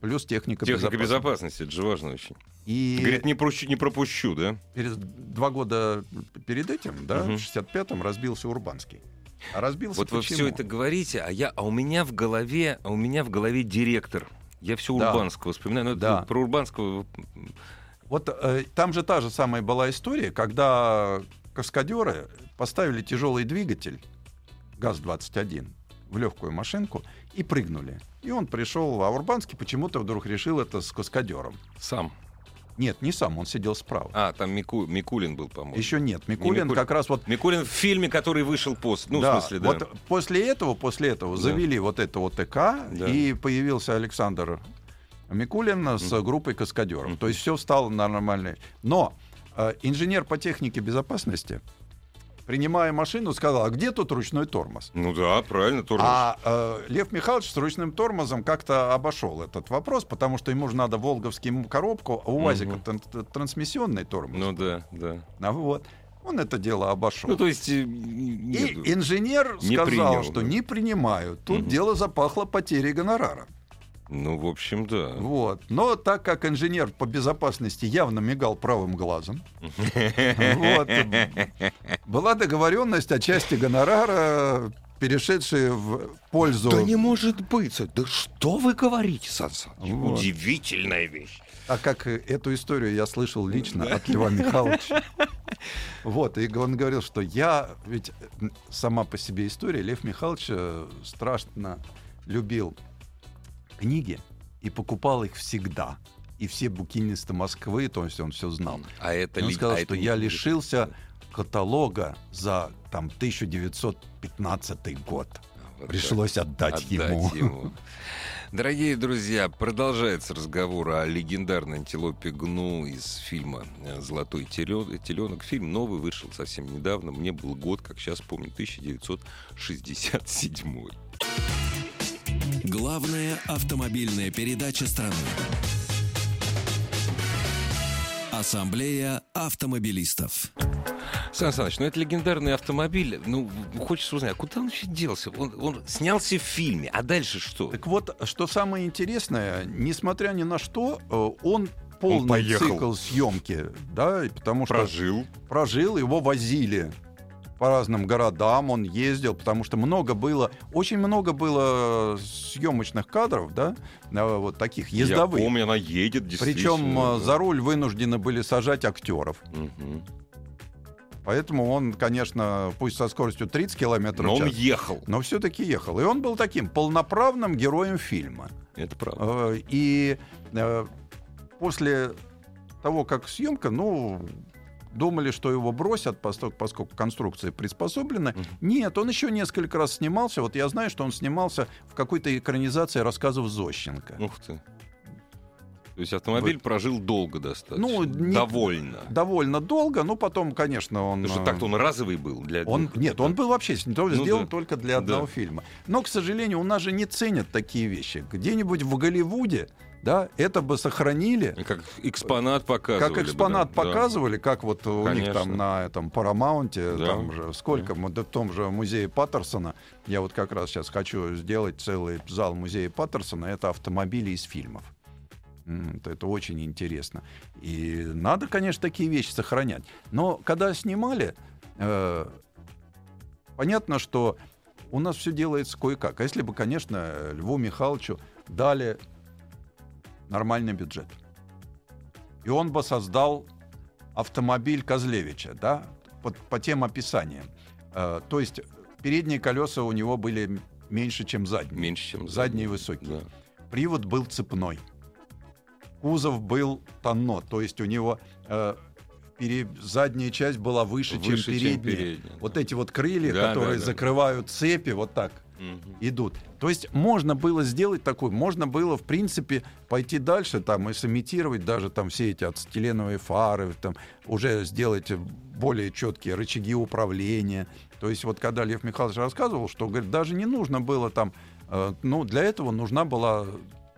Speaker 2: плюс техника,
Speaker 1: Техника
Speaker 2: безопасности.
Speaker 1: безопасности, это же важно очень.
Speaker 2: И
Speaker 1: Говорит, не, прощу- не пропущу, да?
Speaker 2: перед- два года перед этим, да,
Speaker 1: Мгм.
Speaker 2: в 65-м, разбился Урбанский. А разбился
Speaker 1: Вот вы
Speaker 2: почему?
Speaker 1: все это говорите, а я, а у меня в голове, а у меня в голове директор. Я все
Speaker 2: Да.
Speaker 1: Урбанского вспоминаю. Но это
Speaker 2: Да.
Speaker 1: про Урбанского
Speaker 2: Вот э, там же та же самая была история, когда каскадеры поставили тяжелый двигатель ГАЗ-21 в легкую машинку и прыгнули. И он пришел, а Урбанский почему-то вдруг решил это с каскадером.
Speaker 1: сам.
Speaker 2: Нет, не сам, он сидел справа.
Speaker 1: А, там Мику- Микулин был, по-моему.
Speaker 2: Еще нет. Микулин
Speaker 1: А, Микулин.
Speaker 2: как раз вот...
Speaker 1: Микулин в фильме, который вышел после. Ну, в смысле, да.
Speaker 2: Вот после этого, после этого
Speaker 1: Да.
Speaker 2: завели вот это вот ТК,
Speaker 1: Да.
Speaker 2: и появился Александр Микулин с группой каскадеров. То есть все стало на нормальное. Но э, инженер по технике безопасности, принимая машину, сказал, а где тут ручной тормоз?
Speaker 1: Ну да, правильно, тоже.
Speaker 2: А э, Лев Михайлович с ручным тормозом как-то обошел этот вопрос, потому что ему же надо волговским коробку, а у УАЗика тан- т- трансмиссионный тормоз.
Speaker 1: Ну да, да.
Speaker 2: А вот. Он это дело обошел.
Speaker 1: Ну, то есть, э, м,
Speaker 2: И
Speaker 1: нет,
Speaker 2: инженер
Speaker 1: Не
Speaker 2: сказал,
Speaker 1: принял,
Speaker 2: что
Speaker 1: да.
Speaker 2: не принимают. Тут
Speaker 1: Мгм.
Speaker 2: дело запахло потерей гонорара.
Speaker 1: ну, в общем, да.
Speaker 2: Вот. Но так как инженер по безопасности явно мигал правым глазом, вот, была договоренность о части гонорара, перешедшей в пользу.
Speaker 1: может быть. Да что вы говорите, Сан Саныч?
Speaker 2: Вот.
Speaker 1: Удивительная вещь.
Speaker 2: А как э, эту историю я слышал лично от Льва
Speaker 1: *laughs*
Speaker 2: Михайловича. Вот, и он говорил, что я, ведь э, сама по себе история, Лев Михайлович э, страшно любил книги и покупал их всегда. И все букинисты Москвы, то есть он все знал.
Speaker 1: А это
Speaker 2: И он
Speaker 1: ли-
Speaker 2: сказал,
Speaker 1: а
Speaker 2: что
Speaker 1: это
Speaker 2: я
Speaker 1: не-
Speaker 2: лишился каталога за там 1915 год.
Speaker 1: Вот
Speaker 2: Пришлось
Speaker 1: так,
Speaker 2: отдать, ему.
Speaker 1: Дорогие друзья, продолжается разговор о легендарной антилопе Гну из фильма э, «Золотой телё- теленок». Фильм новый вышел совсем недавно. Мне был год, как сейчас помню, 1967.
Speaker 3: Главная автомобильная передача страны. Ассамблея автомобилистов.
Speaker 1: Сан Саныч, ну это легендарный автомобиль. Ну, хочется узнать, а куда он вообще делся? Он, он снялся в фильме, а дальше что?
Speaker 2: Так вот, что самое интересное, несмотря ни на что, э, он полный
Speaker 1: поехал.
Speaker 2: цикл съемки, да, и потому что
Speaker 1: Прожил.
Speaker 2: прожил, его возили по разным городам он ездил, потому что много было, очень много было съемочных кадров, да, а, вот таких ездовых.
Speaker 1: Я помню, она едет действительно.
Speaker 2: Причем а, за руль вынуждены были сажать актеров.
Speaker 1: Мгм.
Speaker 2: Поэтому он, конечно, пусть со скоростью 30 километров
Speaker 1: Но
Speaker 2: в
Speaker 1: он
Speaker 2: час,
Speaker 1: ехал.
Speaker 2: но все-таки ехал. И он был таким полноправным героем фильма.
Speaker 1: Это правда.
Speaker 2: Э, И э, после того, как съемка, ну, думали, что его бросят, постольку- поскольку конструкция приспособлена.
Speaker 1: Мгм.
Speaker 2: Нет, он еще несколько раз снимался. Вот я знаю, что он снимался в какой-то экранизации рассказов Зощенко.
Speaker 1: Ух ты. То есть автомобиль прожил долго достаточно.
Speaker 2: Ну, не-
Speaker 1: довольно.
Speaker 2: Довольно долго, но потом, конечно, он...
Speaker 1: Потому что
Speaker 2: э,
Speaker 1: так-то он разовый был для
Speaker 2: Он,
Speaker 1: двух.
Speaker 2: нет, он был вообще с- то-
Speaker 1: Ну
Speaker 2: сделан
Speaker 1: да.
Speaker 2: только для одного
Speaker 1: Да.
Speaker 2: фильма. Но, к сожалению, у нас же не ценят такие вещи. Где-нибудь в Голливуде, да, это бы сохранили,
Speaker 1: Как экспонат показывали.
Speaker 2: как экспонат
Speaker 1: бы, да, да.
Speaker 2: показывали, как вот у них
Speaker 1: Конечно.
Speaker 2: там на этом Парамаунте,
Speaker 1: Да.
Speaker 2: там же сколько, мы- да, в том же музее Паттерсона, я вот как раз сейчас хочу сделать целый зал музея Паттерсона, это автомобили из фильмов. М, вот Это очень интересно. И надо, конечно, такие вещи сохранять. Но когда снимали, э, понятно, что у нас все делается кое-как. А если бы, конечно, Льву Михайловичу дали нормальный бюджет. И он бы создал автомобиль Козлевича, да, по, по тем описаниям. Э, то есть передние колеса у него были м- меньше, чем задние.
Speaker 1: Меньше, чем
Speaker 2: Задние высокие.
Speaker 1: Да.
Speaker 2: Привод был цепной. Кузов был тонно, то есть у него э, пере- задняя часть была выше,
Speaker 1: Выше,
Speaker 2: чем передняя.
Speaker 1: чем передняя.
Speaker 2: Вот эти вот крылья,
Speaker 1: Да,
Speaker 2: которые
Speaker 1: да, да.
Speaker 2: закрывают цепи, вот так
Speaker 1: Мгм.
Speaker 2: идут. То есть можно было сделать такую, можно было, в принципе, пойти дальше там и сымитировать даже там все эти ацетиленовые фары, там уже сделать более четкие рычаги управления. То есть вот когда Лев Михайлович рассказывал, что, говорит, даже не нужно было там, э, ну, для этого нужна была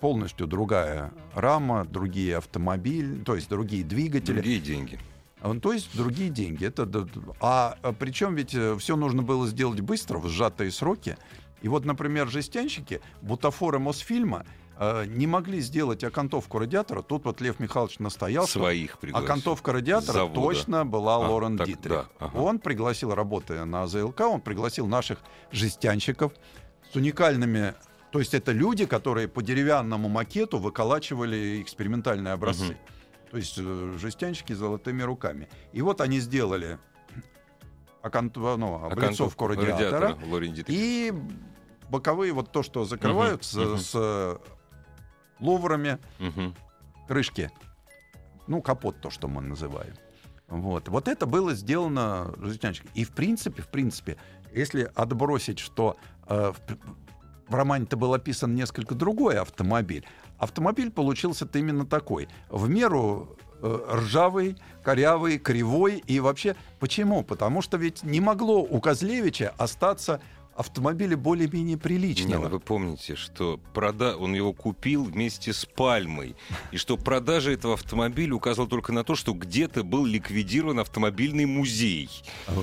Speaker 2: полностью другая рама, другие автомобили, то есть другие двигатели.
Speaker 1: Другие деньги.
Speaker 2: А, ну, То есть другие деньги. Это, д- д- а причем ведь все нужно было сделать быстро, в сжатые сроки. И вот, например, жестянщики, бутафоры Мосфильма э, не могли сделать окантовку радиатора. Тут вот Лев Михайлович настоял, что
Speaker 1: Своих пригласил.
Speaker 2: окантовка А радиатора
Speaker 1: Завода.
Speaker 2: точно была
Speaker 1: А,
Speaker 2: Лорен
Speaker 1: так,
Speaker 2: Дитрих.
Speaker 1: да, ага.
Speaker 2: Он пригласил, работая на АЗЛК, он пригласил наших жестянщиков с уникальными... То есть это люди, которые по деревянному макету выколачивали экспериментальные образцы.
Speaker 1: Мгм.
Speaker 2: То есть э, жестянщики с золотыми руками. И вот они сделали окант- ну,
Speaker 1: А Окантовку
Speaker 2: облицовку радиатора.
Speaker 1: Лорен Дитрих.
Speaker 2: И боковые, вот то, что закрывают с,
Speaker 1: мгм.
Speaker 2: с, э, луврами,
Speaker 1: Мгм.
Speaker 2: крышки. Ну, капот, то, что мы называем. Вот. вот это было сделано жестянщиком. И в принципе, в принципе, если отбросить, что э, в, п- в романе-то был описан несколько другой автомобиль, автомобиль получился-то именно такой. В меру э, ржавый, корявый, кривой. И вообще, почему? Потому что ведь не могло у Козлевича остаться автомобиля более-менее
Speaker 1: Не, ну
Speaker 2: приличного.
Speaker 1: вы помните, что прода... он его купил вместе с Пальмой, и что продажа этого автомобиля указывала только на то, что где-то был ликвидирован автомобильный музей.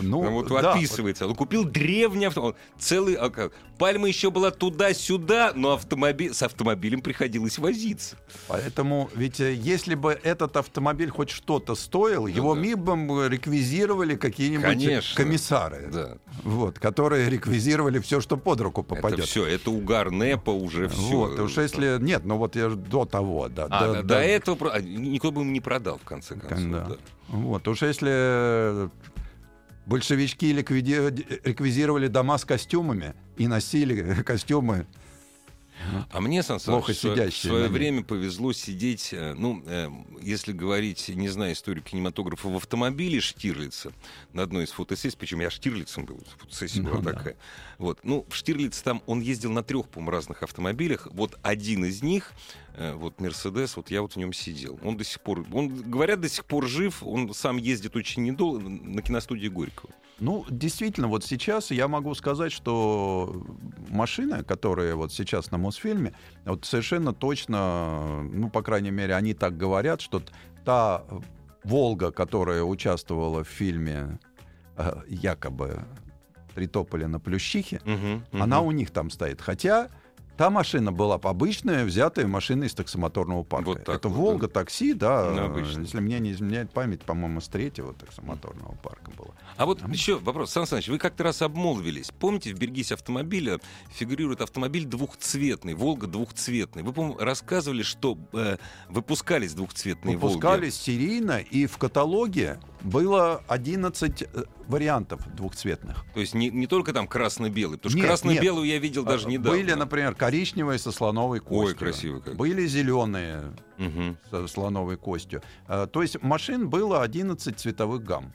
Speaker 2: Ну,
Speaker 1: Прям вот
Speaker 2: да,
Speaker 1: описывается. Он купил древний автомобиль. Целый... а как, Пальма еще была туда-сюда, но автомобиль... с автомобилем приходилось возиться.
Speaker 2: Поэтому, ведь э, если бы этот автомобиль хоть что-то стоил, его
Speaker 1: Ну да.
Speaker 2: мигом реквизировали какие-нибудь
Speaker 1: Конечно.
Speaker 2: комиссары,
Speaker 1: Да.
Speaker 2: вот, которые реквизировали все, что под руку
Speaker 1: Это
Speaker 2: попадет.
Speaker 1: все, это угар НЭПа уже все.
Speaker 2: Вот, уж если нет, ну вот я ж до того, да,
Speaker 1: А,
Speaker 2: да,
Speaker 1: до,
Speaker 2: да.
Speaker 1: этого про- а, никто бы им не продал, в конце концов.
Speaker 2: Да.
Speaker 1: да.
Speaker 2: Вот, уж если э, большевички ликвиди- э, реквизировали дома с костюмами и носили костюмы,
Speaker 1: А мне, Сан Саныч,
Speaker 2: Плохо
Speaker 1: в сво- в
Speaker 2: сидящие на
Speaker 1: свое
Speaker 2: ней.
Speaker 1: время повезло сидеть, э, ну, эм, если говорить, не знаю историю кинематографа, в автомобиле Штирлица на одной из фотосессий, причем я Штирлицем был, фотосессия
Speaker 2: Ну
Speaker 1: была
Speaker 2: да.
Speaker 1: такая. Вот, ну, в Штирлиц там он ездил на трех, по-моему, разных автомобилях. Вот один из них, э, вот Мерседес, вот я вот в нем сидел. Он до сих пор, он, говорят, до сих пор жив, он сам ездит очень недолго на киностудии Горького.
Speaker 2: Ну, действительно, вот сейчас я могу сказать, что машины, которые вот сейчас на Мосфильме, вот совершенно точно, ну, по крайней мере, они так говорят, что т- та «Волга», которая участвовала в фильме э, А якобы «Три тополя на Плющихе», она у них там стоит. Хотя Та машина была обычная, взятая машина из таксомоторного парка.
Speaker 1: Вот так
Speaker 2: Это
Speaker 1: вот,
Speaker 2: Волга, такси, да.
Speaker 1: Ну,
Speaker 2: э,
Speaker 1: обычно.
Speaker 2: Если мне не изменяет память, по-моему, с третьего таксомоторного парка было.
Speaker 1: А вот еще вопрос, Сан Саныч, вы как-то раз обмолвились. Помните, в «Берегись автомобиля» фигурирует автомобиль двухцветный, «Волга» двухцветный. Вы, по-моему, рассказывали, что э, выпускались двухцветные
Speaker 2: Выпускались серийно, и в каталоге было 11 э, вариантов двухцветных.
Speaker 1: «Волги». То есть не, не только там красно-белый, потому что
Speaker 2: Нет,
Speaker 1: красно-белую я видел даже
Speaker 2: А,
Speaker 1: недавно.
Speaker 2: Были, например, коричневые со слоновой костью.
Speaker 1: красиво как.
Speaker 2: Были зеленые
Speaker 1: Мгм.
Speaker 2: со слоновой костью. Э, То есть машин было 11 цветовых гамм.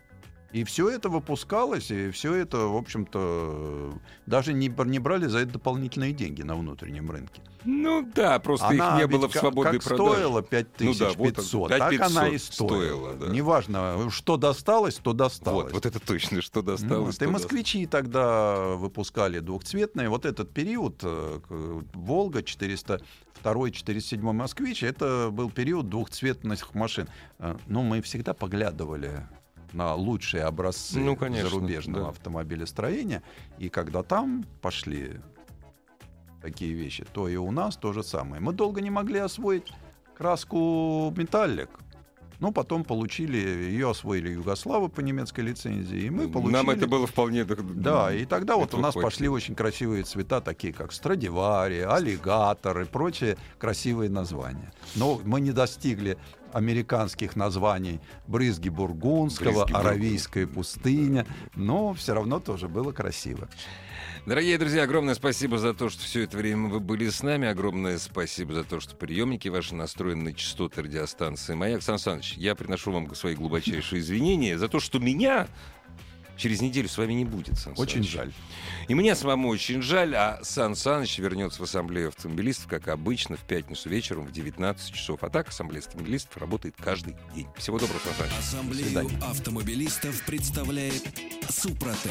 Speaker 2: И все это выпускалось, и все это, в общем-то, даже не, бр- не брали за это дополнительные деньги на внутреннем рынке.
Speaker 1: Ну да, просто
Speaker 2: Она
Speaker 1: их не
Speaker 2: ведь
Speaker 1: было в
Speaker 2: ка-
Speaker 1: свободной
Speaker 2: как
Speaker 1: продаже. Ну
Speaker 2: стоила 5500,
Speaker 1: вот она,
Speaker 2: так она и
Speaker 1: 5500
Speaker 2: стоила.
Speaker 1: стоила, да.
Speaker 2: Неважно, что досталось, то
Speaker 1: Вот,
Speaker 2: досталось.
Speaker 1: вот это точно, что досталось.
Speaker 2: Ну,
Speaker 1: то
Speaker 2: и москвичи тогда выпускали двухцветные. Вот этот период э, к- Волга 402-407 москвич, это был период двухцветных машин. Э, Ну, мы всегда поглядывали на лучшие образцы
Speaker 1: Ну, конечно,
Speaker 2: зарубежного
Speaker 1: да.
Speaker 2: автомобилестроения. И когда там пошли такие вещи, то и у нас то же самое. Мы долго не могли освоить краску металлик. Но потом получили, ее освоили Югославы по немецкой лицензии, и мы получили...
Speaker 1: Нам это было вполне... д-
Speaker 2: Да, и тогда вот у
Speaker 1: этого
Speaker 2: нас
Speaker 1: хватило.
Speaker 2: пошли очень красивые цвета, такие как Страдивари, Аллигатор и прочие красивые названия. Но мы не достигли американских названий Брызги Бургундского,
Speaker 1: Брызги Бургунд-
Speaker 2: Аравийская пустыня, но все равно тоже было красиво.
Speaker 1: Дорогие друзья, огромное спасибо за то, что все это время вы были с нами. Огромное спасибо за то, что приемники ваши настроены на частоты радиостанции «Маяк». Сан Саныч, я приношу вам свои глубочайшие извинения за то, что меня через неделю с вами не будет, Сан
Speaker 2: Очень
Speaker 1: Саныч.
Speaker 2: жаль.
Speaker 1: И мне самому очень жаль, а Сан Саныч вернется в Ассамблею автомобилистов, как обычно, в пятницу вечером в 19 часов. А так Ассамблея автомобилистов работает каждый день. Всего доброго, Сан Саныч.
Speaker 3: Ассамблею автомобилистов представляет Супротек.